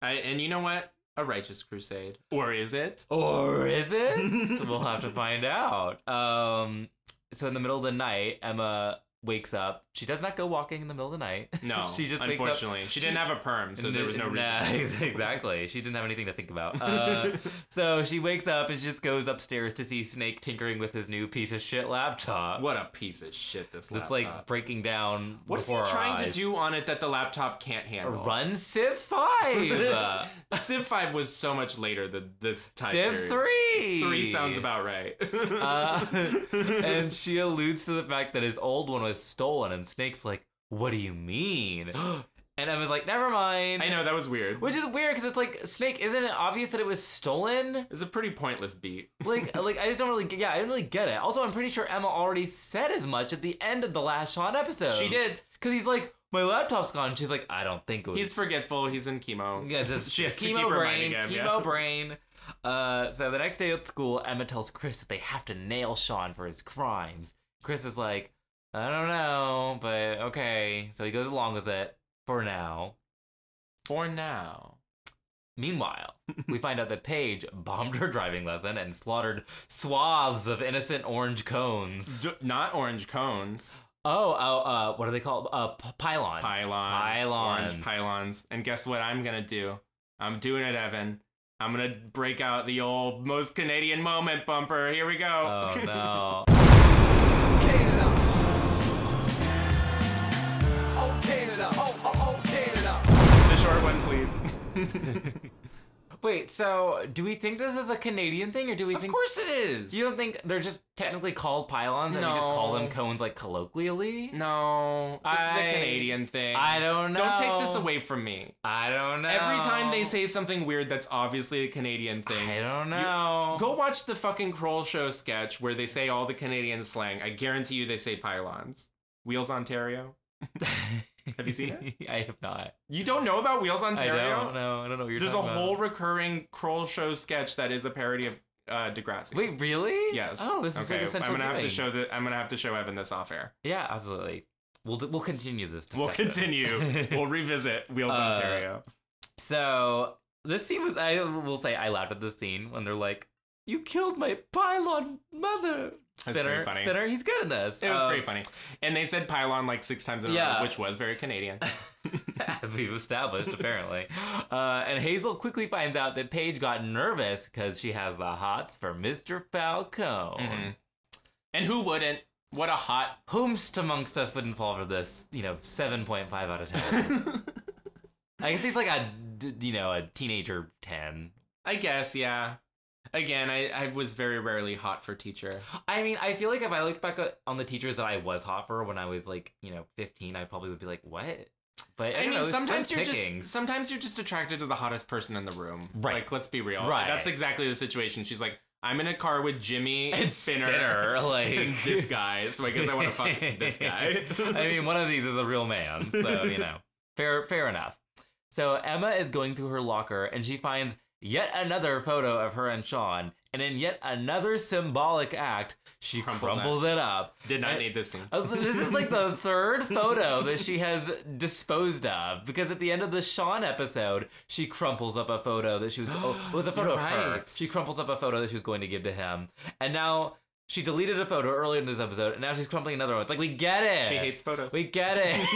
B: I, and you know what? A righteous crusade. Or is it?
A: Or is
B: (laughs)
A: it? we'll have to find out. Um, so in the middle of the night, Emma wakes up. She does not go walking in the middle of the night.
B: No.
A: (laughs) she just wakes up.
B: unfortunately. she didn't have a perm, so there was no
A: Nah, (laughs)
B: reason.
A: exactly. She didn't have anything to think
B: (laughs)
A: about. (laughs) Uh, So she wakes up and she just goes upstairs to see Snake tinkering with his new piece of shit laptop.
B: What a piece of shit this
A: Uh, That's
B: laptop.
A: like breaking down.
B: what is he
A: before our
B: trying to
A: eyes.
B: do on it that the laptop can't handle? (laughs) uh,
A: Run Civ (laughs) 5!
B: Civ 5 was so much later than this time
A: Civ
B: period.
A: 3!
B: 3 sounds about (laughs) right. (laughs)
A: Uh, and she alludes to the fact that his old one was stolen, and Snake's like, What do you
B: (gasps)
A: mean? And Emma's like, Never mind.
B: I know that was weird.
A: Which is weird because it's like, Snake, isn't it obvious that it was stolen?
B: It's a pretty pointless beat.
A: like (laughs) like I just don't really get, yeah I don't really get it. Also, I'm pretty sure Emma already said as much at the end of the last Sean episode.
B: She did.
A: because he's like my laptop's gone. She's like I don't think it was.
B: He's forgetful. He's in chemo.
A: yeah, this
B: (laughs) she has to
A: chemo
B: keep
A: brain,
B: reminding him,
A: chemo
B: yeah.
A: brain. Uh, so the next day at school, Emma tells Chris that they have to nail Sean for his crimes. Chris is like, I don't know, but okay. So he goes along with it for now.
B: For now. (laughs)
A: Meanwhile, we find out that Paige bombed her driving lesson and slaughtered swaths of innocent orange cones.
B: D- not orange cones.
A: Oh, oh, uh, what are they called? Uh, p- pylons.
B: Pylons.
A: Pylons.
B: Orange pylons. And guess what I'm going to do? I'm doing it, Evan. I'm going to break out the old most Canadian moment bumper. Here we go. (laughs)
A: Oh no.
B: the short one, please.
A: Wait. So, do we think this is a Canadian thing, or do we
B: of
A: think?
B: course it is.
A: You don't think they're just technically called pylons, and we just call them
B: No.
A: cones like colloquially?
B: no. This is
A: I-
B: the Canadian thing.
A: I don't know.
B: Don't take this away from me.
A: I don't know.
B: Every time they say something weird that's obviously a Canadian thing,
A: I don't know. (laughs)
B: Go watch the fucking Kroll Show sketch where they say all the Canadian slang. I guarantee you they say pylons. Wheels Ontario? Have you seen
A: it? (laughs) I have not.
B: You don't know about Wheels
A: I
B: Ontario?
A: don't know. I don't know what you're
B: There's a
A: talking about.
B: whole recurring Kroll Show sketch that is a parody of uh, Degrassi.
A: Wait, really?
B: Yes.
A: Oh, this is
B: Okay,
A: like essential.
B: I'm gonna have to
A: giving.
B: show the, I'm gonna have to show Evan this off air.
A: Yeah, absolutely. We'll d- we'll continue this. Discussion.
B: We'll continue.
A: (laughs)
B: we'll revisit Wheels
A: Uh,
B: Ontario.
A: So this scene was I will say I laughed at this scene when they're like, You killed my pylon mother.
B: That's
A: Spinner.
B: pretty funny.
A: Spinner, he's good in this.
B: It was
A: Um,
B: pretty funny. And they said pylon like six times in a
A: Yeah.
B: row, which was
A: (laughs)
B: very Canadian.
A: Um, as we've
B: (laughs)
A: established, apparently. Uh, and Hazel quickly finds out that Paige got
B: Mm-hmm.
A: nervous because she has the hots for Mr. Falcone.
B: Mhm. And who wouldn't? What a hot.
A: Whomst amongst us wouldn't fall for this, you know, 7.5 out of
B: (laughs)
A: 10. I guess he's like a, d- you know, a teenager 10.
B: I guess, yeah. Again, I, I was very rarely hot for teacher.
A: I mean, I feel like if I looked back o- on the teachers that I was hot for when I was like, you know, 15, I probably would be like, what? But I,
B: I
A: don't know,
B: mean,
A: it's slim
B: sometimes you're
A: pickings.
B: just (laughs) sometimes you're just attracted to the hottest person in the room.
A: Right.
B: Like, let's be real.
A: Right.
B: That's exactly the situation. She's like, I'm in a car with Jimmy and
A: (laughs) It's
B: Spinner,
A: Spinner, like-
B: (laughs) and this guy. So I guess I want
A: (laughs)
B: to fuck this guy.
A: I mean, one of these is a real man, so you
B: (laughs)
A: know, fair, fair enough. So Emma is going through her locker and she finds yet another photo of her and Sean, and in yet another symbolic act, she
B: Crumples
A: crumbles, it up.
B: (laughs) did not
A: And-
B: need this thing.
A: I was like, this is like the third photo that she has disposed of because at the end of the Sean episode, she crumples up a photo that she was oh, it
B: (gasps)
A: was a photo
B: You're
A: of her.
B: right.
A: She crumples up a photo that she was going to give to him, and now she deleted a photo earlier in this episode, and now she's crumpling another one. It's like we get it.
B: She hates photos.
A: We get
B: (laughs)
A: it. (laughs)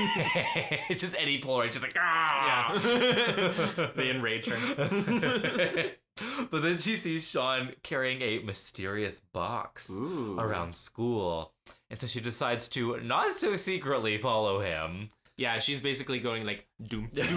A: it's just any Polaroid. She's like ah.
B: yeah. (laughs) (laughs) they enrage her.
A: (laughs) but then she sees Sean carrying a mysterious box
B: Ooh.
A: around school. And so she decides to not so secretly follow him. (laughs)
B: Yeah, she's basically going like doom, doom,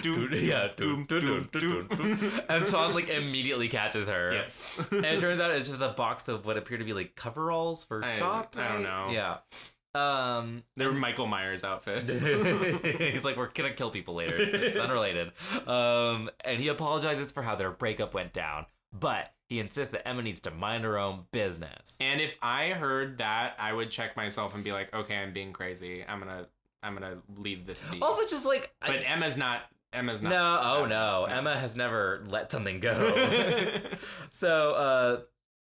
A: (laughs)
B: doom,
A: yeah,
B: doom, doom, doom, doom. (laughs)
A: and Sean like immediately catches her. (laughs)
B: Yes.
A: And it turns out it's just a box of what appear to be like coveralls for
B: I-
A: shop.
B: I
A: right?
B: don't know.
A: Yeah.
B: (laughs)
A: Um (laughs)
B: They're Michael Myers outfits.
A: He's like, we're gonna kill people later. It's, it's unrelated. Um, and he apologizes for how their breakup went down, but he insists that Emma needs to mind her own business.
B: and if I heard that, I would check myself and be like, okay, I'm being crazy. I'm gonna, I'm gonna leave this be.
A: Also, just like, I-
B: but Emma's not. Emma's not.
A: no, oh
B: Emma,
A: no, Emma has never let something go.
B: (laughs)
A: (laughs) so, uh,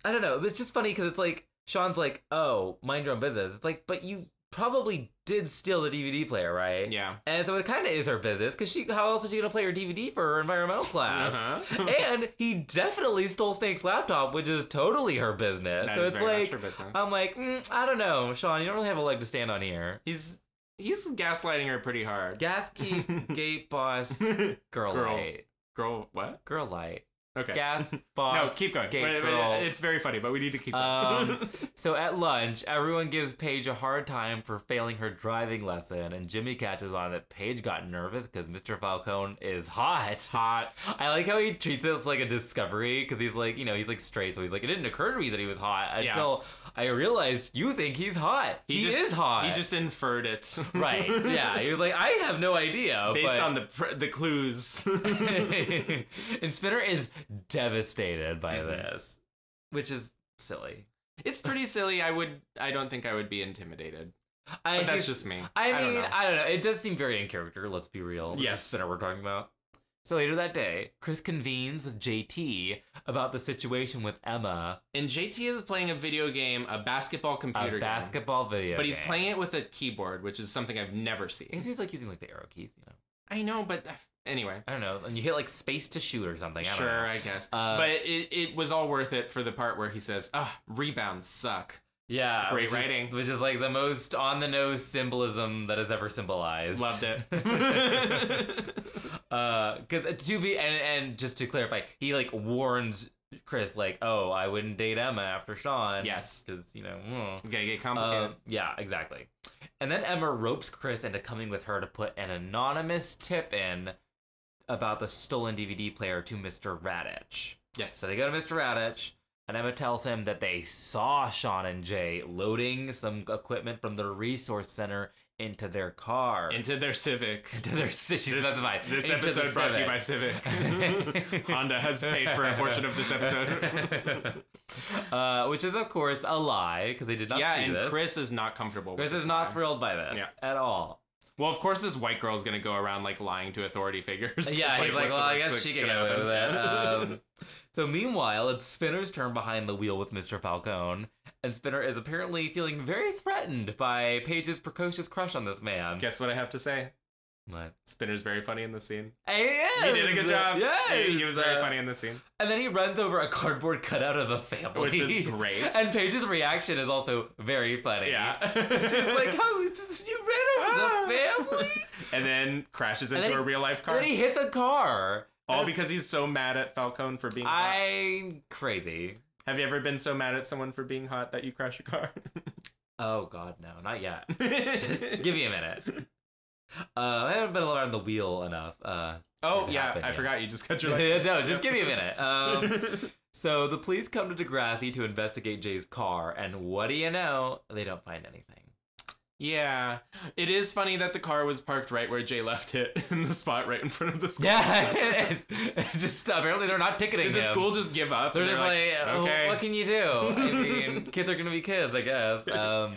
A: I don't know. It's just funny because it's like Sean's like, oh, mind your own business. It's like, but you probably did steal the DVD player, right?
B: yeah.
A: And so it kind of is her business because she, how else is she gonna play her DVD for her environmental class?
B: Uh-huh. (laughs)
A: and he definitely stole Snake's laptop, which is totally her business.
B: That
A: so
B: is
A: it's
B: very much
A: like
B: her business.
A: I'm like, mm, I don't know, Sean. You don't really have a leg to stand on
B: (laughs)
A: here.
B: he's he's gaslighting her pretty hard. (laughs)
A: Gas key, gate boss, girl,
B: Girl.
A: light,
B: Girl, what?
A: girl light,
B: Okay.
A: gas boss.
B: (laughs) no, keep going.
A: gate
B: Wait, wait,
A: girl.
B: It's very funny, but we need to keep going.
A: Um, so at lunch, everyone gives Paige a hard time for failing her driving lesson, and Jimmy catches on that Paige got nervous because Mr. Falcone is hot.
B: Hot.
A: I like how he treats it as like a discovery because he's like, you know, he's like straight, so he's like, it didn't occur to me that he was hot
B: Yeah.
A: until I realized you think he's hot. He,
B: just,
A: is hot.
B: (laughs) He just (laughs) inferred it.
A: right. Yeah. He was like, I have no idea.
B: Based
A: but-
B: on the (laughs) pr- the clues.
A: (laughs)
B: (laughs)
A: and Spinner is devastated by
B: Mhm.
A: this, which is silly.
B: it's pretty silly. I would. I don't think I would be intimidated.
A: I
B: But that's
A: think-
B: just me.
A: I
B: don't
A: mean,
B: know.
A: I don't know. It does seem very in character. Let's be real. This is
B: Yes.
A: Spinner we're talking about. So later that day, Chris convenes with JT about the situation with Emma,
B: and JT is playing a video game, a basketball
A: a
B: computer game,
A: basketball video.
B: but he's
A: game.
B: playing it with a keyboard, which is something I've never
A: I guess
B: seen.
A: he was like using like the arrow keys, you know.
B: I know, but uh, anyway,
A: I don't know. And you hit like space to shoot or something. I don't
B: sure,
A: know.
B: I guess.
A: Uh,
B: but it, it was all worth it for the part where he says, "Ah, rebounds suck."
A: Yeah.
B: Great
A: which is-
B: writing.
A: which is like the most on the nose symbolism that has ever symbolized.
B: Loved it.
A: (laughs)
B: (laughs)
A: Because uh, to be and and just to clarify, he like warns Chris like, oh, I wouldn't date Emma after Sean.
B: Yes.
A: Because you know. mm.
B: Gonna get
A: Um,
B: complicated.
A: yeah, exactly. And then Emma ropes Chris into coming with her to put an anonymous tip in about the stolen DVD player to Mr. Radich.
B: yes.
A: So they go to Mr. Radich, and Emma tells him that they saw Sean and Jay loading some equipment from the resource center into their car.
B: Into their Civic.
A: (laughs) into their she
B: This,
A: specified.
B: this
A: into the
B: episode brought to you by
A: Civic. (laughs)
B: Civic. Honda has paid for a portion of this episode.
A: uh, which is, of course, a lie because they did (laughs) not
B: yeah,
A: see
B: and
A: this.
B: Chris is not comfortable. with
A: Chris
B: this
A: is not
B: line.
A: thrilled by this
B: Yeah.
A: at all.
B: Well, of course, this white girl's gonna go around like lying to authority figures. (laughs)
A: Yeah, he's like,
B: what's the
A: well, I
B: worst
A: guess
B: that's
A: she can
B: gonna
A: go
B: happen?"
A: with it.
B: (laughs)
A: Um, so meanwhile, it's Spinner's turn behind the wheel with Mr. Falcone, and Spinner is apparently feeling very threatened by Paige's precocious crush on this man.
B: guess what I have to say?
A: What?
B: Spinner's very funny in the scene.
A: Yes! uh,
B: He did a good job.
A: Yes!
B: he, he was very
A: Uh,
B: funny in the scene,
A: And then he runs over a cardboard cutout of a family. (laughs)
B: which is great.
A: And Paige's reaction is also very funny.
B: yeah,
A: She's
B: (laughs)
A: like, how you ran
B: Ah.
A: over the family?
B: and then crashes
A: And
B: into
A: then he-
B: a real life
A: And
B: car,
A: then he hits a car.
B: all because he's so mad at Falcone for being. hot.
A: I'm crazy.
B: Have you ever been so mad at someone for being hot that you crash a car?
A: Oh God, no, not yet. (laughs) Give me a minute. Uh, I haven't been around the wheel enough. Uh,
B: (laughs) oh
A: It
B: yeah,
A: happened,
B: I
A: yeah.
B: forgot you just
A: (laughs)
B: cut your leg.
A: no, just give me a minute.
B: (laughs)
A: Um, so the police come to Degrassi to investigate Jay's car, and what do you know? They don't find anything.
B: (laughs) yeah, it is funny that the car was parked right where Jay left it (laughs) in the spot right in front of the school.
A: Yeah, it is. It's just apparently they're not ticketing
B: (laughs) Did the
A: him.
B: school just give up?
A: They're
B: And
A: just like, "Oh,
B: okay.
A: what can you do?
B: (laughs)
A: I mean, kids are gonna be kids, I guess. Um,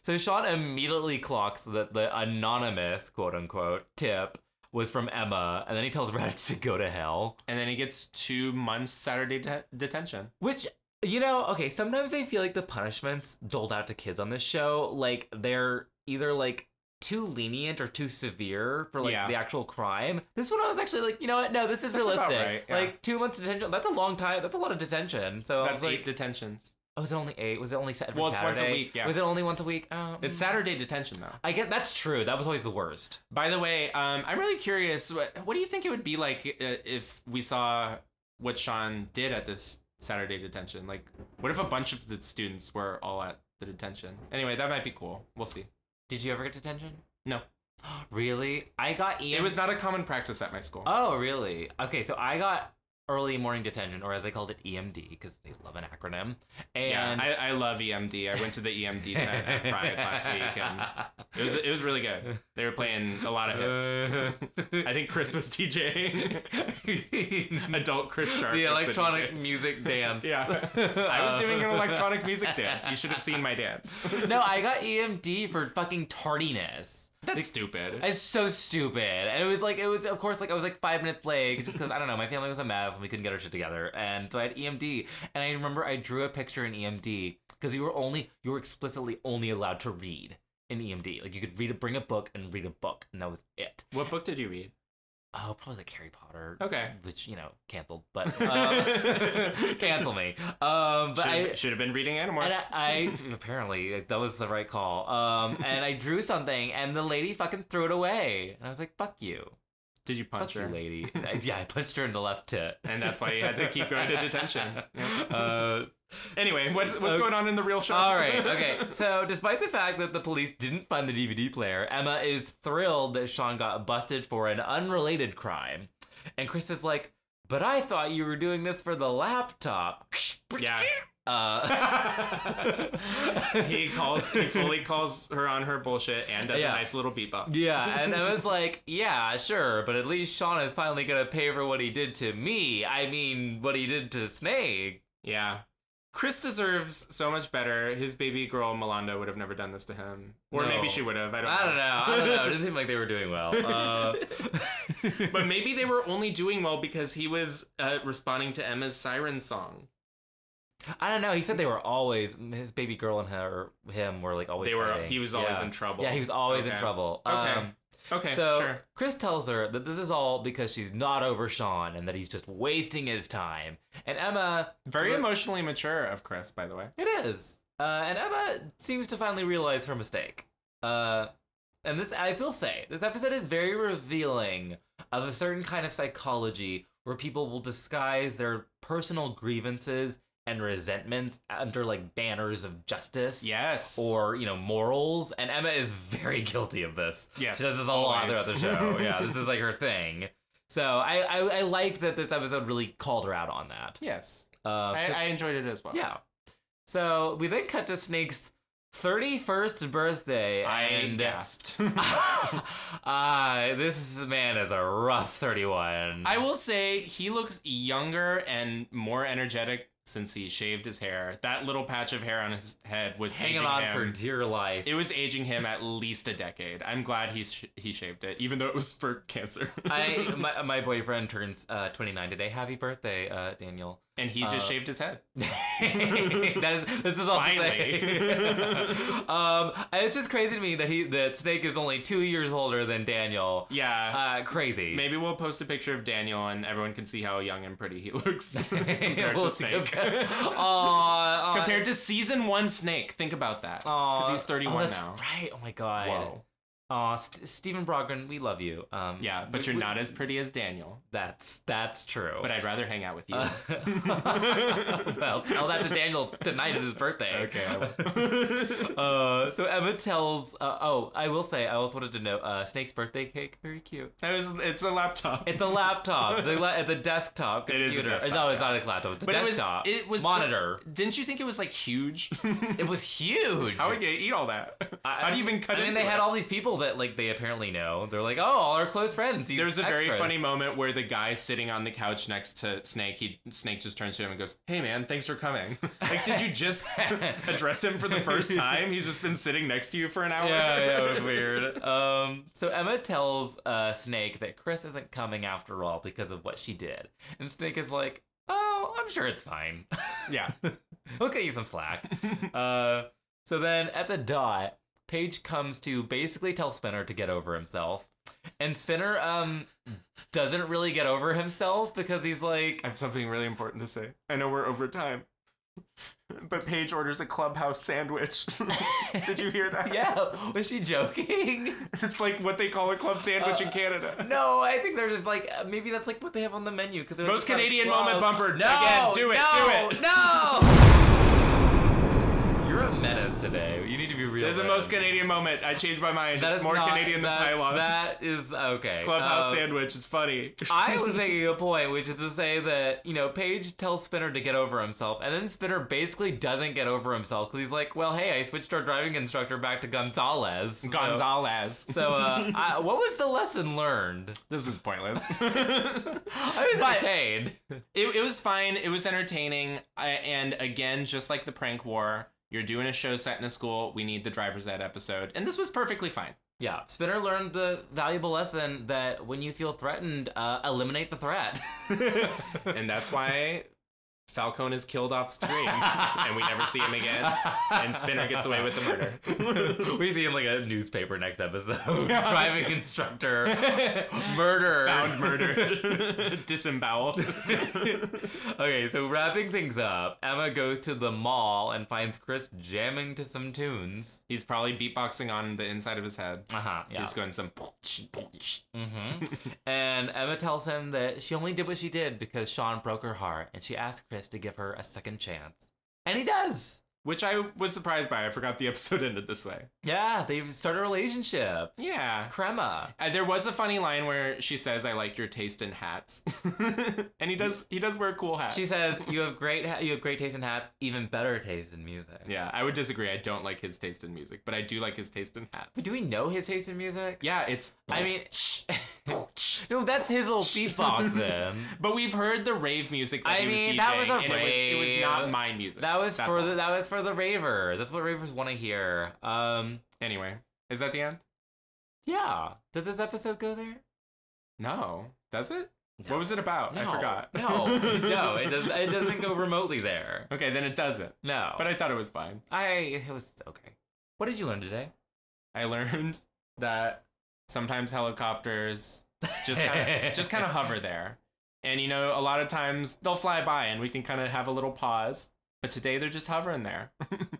A: so Sean immediately clocks that the anonymous quote unquote tip was from Emma, and then he tells Reg to go to hell.
B: and then he gets two months Saturday det- detention.
A: Which you know, okay, sometimes I feel like the punishments doled out to kids on this show, like they're either like too lenient or too severe for like
B: Yeah.
A: the actual crime. This one I was actually like, you know what? No, this is
B: That's about
A: realistic.
B: right, yeah.
A: Like two months detention. That's a long time. That's a lot of detention. So I
B: That's
A: was like,
B: eight detentions.
A: Oh, was it only eight? Was it only set?
B: Well, it's once a
A: Saturday?
B: week, yeah.
A: Was it only once a week? Um,
B: It's Saturday detention though.
A: I guess that's true. That was always the worst.
B: By the way, um, I'm really curious. What, what do you think it would be like uh, if we saw what Sean did at this Saturday detention? Like, what if a bunch of the students were all at the detention? Anyway, that might be cool. We'll see.
A: Did you ever get detention?
B: No.
A: (gasps) Really? I got Ian.
B: It was not a common practice at my school.
A: Oh, really? Okay, so I got early morning detention, or as they called it, E EMD, because they love an acronym.
B: yeah,
A: And
B: I, E I love EMD. I went to the
A: (laughs)
B: EMD tent at Pride last week, and it was it was really good. They were playing a lot of hits.
A: Uh.
B: (laughs) I think Chris was DJing. (laughs)
A: (laughs)
B: Adult Chris Sharp.
A: the
B: was
A: electronic
B: DJ.
A: music (laughs) dance.
B: (laughs) Yeah. I was doing an electronic
A: (laughs)
B: music dance. You should have seen my dance.
A: no, I got EMD for fucking tardiness.
B: That's stupid.
A: It's so stupid. And it was like, it was, of course, like I was like five minutes late just because I don't know, my family was a mess and we couldn't get our shit together. And so I had EMD. And I remember I drew a picture in E EMD because you were only, you were explicitly only allowed to read in EMD. Like you could read, a, bring a book and read a book. And that was it.
B: What book did you read? (laughs)
A: Oh, probably like Harry Potter.
B: Okay.
A: Which, you know, canceled. But,
B: (laughs)
A: um, cancel me. Um, but I,
B: should have been reading
A: and
B: Animorphs.
A: I, I (laughs) apparently that was the right call. Um, and I drew something, and the lady fucking threw it away, and I was like, "Fuck you,
B: did you punch
A: fuck
B: her?
A: you,
B: (laughs)
A: lady." I- yeah, I punched her in the left tit,
B: And that's why you had to
A: (laughs)
B: keep going to detention.
A: Uh,
B: Anyway, what's what's
A: Okay.
B: going on in the real show?
A: all right, okay. So, despite the fact that the police didn't find the DVD player, Emma is thrilled that Sean got busted for an unrelated crime, and Chris is like, "But I thought you were doing this for the laptop."
B: (laughs)
A: (laughs)
B: Yeah.
A: Uh,
B: (laughs)
A: (laughs)
B: he calls. He fully calls her on her bullshit and does
A: Yeah.
B: a nice little bebop.
A: Yeah, and I was like, yeah, sure, but at least Sean is finally gonna pay for what he did to me. I mean, what he did to Snake.
B: Yeah. Chris deserves so much better. His baby girl Melanda would have never done this to him, or
A: No.
B: maybe she would have. I don't.
A: I don't know. I don't
B: (laughs)
A: know. It didn't seem like they were doing well. Uh,
B: but maybe they were only doing well because he was uh, responding to Emma's siren song.
A: I don't know. He said they were always his baby girl and her him were like always.
B: They were.
A: fighting.
B: He was always
A: Yeah.
B: in trouble.
A: Yeah, he was always in
B: Okay.
A: trouble.
B: Okay.
A: Um,
B: Okay,
A: so
B: sure.
A: Chris tells her that this is all because she's not over Sean and that he's just wasting his time. And Emma,
B: Very
A: Look-
B: emotionally mature of Chris, by the way.
A: It is. Uh, and Emma seems to finally realize her mistake. Uh, and this, I will say, this episode is very revealing of a certain kind of psychology where people will disguise their personal grievances and resentments under like banners of justice.
B: Yes.
A: Or, you know, morals. And Emma is very (laughs) guilty of this.
B: yes.
A: She does this a lot
B: always.
A: throughout the
B: (laughs)
A: show. yeah, this is like her thing. So I, I, I like that this episode really called her out on that.
B: yes.
A: Uh,
B: I, I enjoyed it as well.
A: yeah. So we then cut to Snake's 31st birthday.
B: I
A: and
B: gasped.
A: (laughs) Ah, this man is a rough 31.
B: I will say he looks younger and more energetic since he shaved his hair. That little patch of hair on his head was
A: hanging
B: aging
A: on
B: him.
A: for dear life.
B: It was aging him at least a decade. I'm glad he sh- he shaved it, even though it was for cancer.
A: I my, my boyfriend turns uh, 29 today. Happy birthday, uh, Daniel.
B: (laughs)
A: (laughs)
B: (laughs) and he just
A: uh,
B: shaved his head.
A: that is, this is all to say.
B: Finally.
A: (laughs) um, it's just crazy to me that he that Snake is only two years older than Daniel.
B: Yeah.
A: Uh, crazy. (laughs)
B: Maybe we'll post a picture of Daniel and everyone can see how young and pretty he looks
A: (laughs)
B: (laughs) compared
A: We'll
B: to
A: see.
B: Snake.
A: Okay.
B: (laughs)
A: Aw, aw,
B: compared to season one Snake. Think about that.
A: Aw.
B: Because he's 31
A: oh, that's
B: now.
A: Right. Oh my god.
B: Whoa.
A: Aw, St- Stephen Brogdon, we love you. Um,
B: Yeah, but
A: we-
B: you're
A: we-
B: not as pretty as Daniel.
A: That's that's true. (laughs)
B: But I'd rather hang out with you.
A: Uh, well, tell that to Daniel tonight at his birthday.
B: Okay,
A: (laughs)
B: I (laughs)
A: uh, so Emma tells. Uh, oh, I will say, I also wanted to know uh, Snake's birthday cake. Very cute.
B: That was, it's a laptop.
A: It's a laptop. It's a, la- it's a desktop
B: It
A: computer.
B: is a desktop,
A: no, it's not a laptop. It's a
B: But it was-
A: desktop.
B: it was so-
A: monitor.
B: Didn't you think it was like huge?
A: it was huge.
B: (laughs) How would you eat all that? How do you even cut
A: I
B: it?
A: mean, they had all these people that like they apparently know. They're like, oh, all our close friends. These
B: There's a very
A: extras."
B: funny moment where the guy sitting on the couch next to Snake, he Snake just turns to him and goes, "Hey man, thanks for coming." (laughs) like, did you (laughs) just address him for the first time? He's just been sitting next to you for an
A: (laughs)
B: hour.
A: yeah, yeah, it was weird. Um, so Emma tells uh, Snake that Chris isn't coming after all because of what she did, and Snake is like, "Oh, I'm sure it's fine.
B: (laughs)
A: (laughs)
B: yeah.
A: We'll cut you some
B: (laughs)
A: slack." uh, so then at the dot, Paige comes to basically tell Spinner to get over himself, and Spinner um doesn't really get over himself because he's like,
B: (laughs) I have something really important to say. I know we're over time, but Paige orders a clubhouse sandwich. (laughs) Did you hear (laughs) that?
A: "Yeah, was she joking?"
B: (laughs) It's like what they call a club sandwich
A: Uh,
B: in Canada.
A: No, I think they're just like uh, maybe that's like what they have on the menu because
B: Most Canadian moment bumper.
A: No,
B: Again, do it,
A: no,
B: do it.
A: No. (laughs) You're a menace today. You need to be real.
B: There's a
A: menace.
B: most Canadian moment. I changed my mind.
A: That
B: it's
A: is
B: more
A: not-
B: Canadian
A: that,
B: than pylons.
A: That is okay.
B: (laughs) Clubhouse
A: Um,
B: sandwich is funny.
A: I
B: (laughs)
A: was making a point, which is to say that you know Paige tells Spinner to get over himself, and then Spinner basically doesn't get over himself because he's like, "Well, hey, I switched our driving instructor back to Gonzalez." So-
B: Gonzalez.
A: So, uh, I, what was the lesson learned?
B: (laughs) This is pointless.
A: (laughs) I was
B: But-
A: entertained.
B: (laughs) it, it was fine. It was entertaining. I, and again, just like the prank war, you're doing a show set in a school. We need the driver's ed episode. And this was perfectly fine.
A: Yeah, Spinner learned the valuable lesson that when you feel threatened, uh, eliminate the threat.
B: And that's why Falcone is killed off screen. and we never see him (laughs) again. And Spinner gets away with the murder.
A: (laughs) we see him like a newspaper next
B: (laughs)
A: episode. Driving instructor, murder.
B: Found (laughs) murdered. Disemboweled.
A: (laughs) okay, so wrapping things up, Emma goes to the mall and finds Chris jamming to some tunes.
B: He's probably beatboxing on the inside of his head.
A: Uh huh. Yeah.
B: He's going some.
A: hmm and Emma tells him that she only did what she did because Sean broke her heart, and she asked Chris to give her a second chance, and he does.
B: Which I was surprised by. I forgot the (laughs) episode ended this way.
A: Yeah, they start a relationship.
B: Yeah.
A: Crema.
B: Uh, there was a funny line where she says, "I like your taste in hats," (laughs) and he does. He does wear a cool hat.
A: She says you have great ha- you have great taste in hats, even better taste in music.
B: yeah, I would disagree. I don't like his taste in music, but I do like his taste in hats.
A: But do we know his taste in music?
B: yeah, it's.
A: I
B: (laughs)
A: mean, no, that's his little beatbox then.
B: but we've heard the rave music. That
A: I
B: he was
A: mean, that was a
B: DJing, and It was, it
A: rave.
B: was not my music.
A: That was
B: That's
A: for
B: all.
A: the that was for the ravers. That's what ravers want to hear. Um,
B: Anyway, is that the end?
A: yeah. Does this episode go there?
B: No, does it?
A: No.
B: What was it about? I
A: No.
B: forgot.
A: No, no, it doesn't. It doesn't go remotely there.
B: (laughs) Okay, then it doesn't.
A: No,
B: But I thought it was fine.
A: I it was okay. What did you learn
B: (laughs)
A: today?
B: I learned that sometimes helicopters just
A: (laughs)
B: kind of just kind of hover there, and you know, a lot of times they'll fly by, and we can kind of have a little pause. But today they're just hovering there.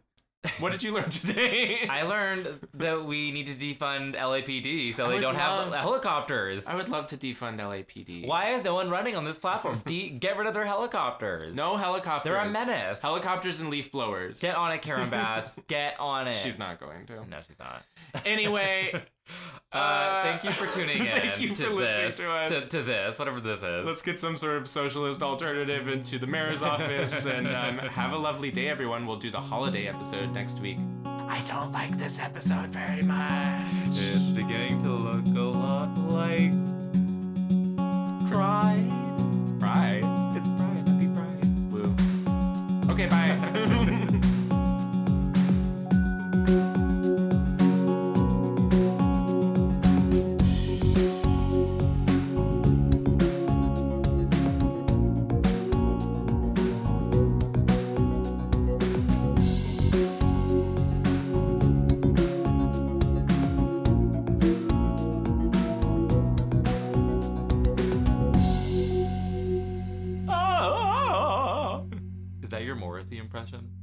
B: (laughs) what did you learn today?
A: (laughs) I learned that we need to defund LAPD so
B: I
A: they
B: would
A: don't have
B: love-
A: helicopters.
B: I would love to defund LAPD.
A: Why is no one running on this
B: (laughs)
A: platform? De- get rid of their helicopters.
B: No helicopters.
A: They're a menace.
B: Helicopters and leaf blowers.
A: Get on it,
B: (laughs)
A: Karen Bass. Get on it.
B: She's not going to.
A: No, she's
B: (laughs)
A: not. (laughs)
B: Anyway,
A: Uh, thank you for tuning in.
B: (laughs) Thank you
A: to
B: for listening
A: this,
B: to us.
A: To, to this, whatever this is. (laughs)
B: let's get some sort of socialist alternative into the mayor's office and um, have a lovely day everyone we'll do the holiday episode next week i don't like this episode very much
A: It's beginning to look a lot like pride.
B: pride
A: It's pride. Happy pride.
B: woo okay bye (laughs) Ah!
A: Is that your Morrissey impression?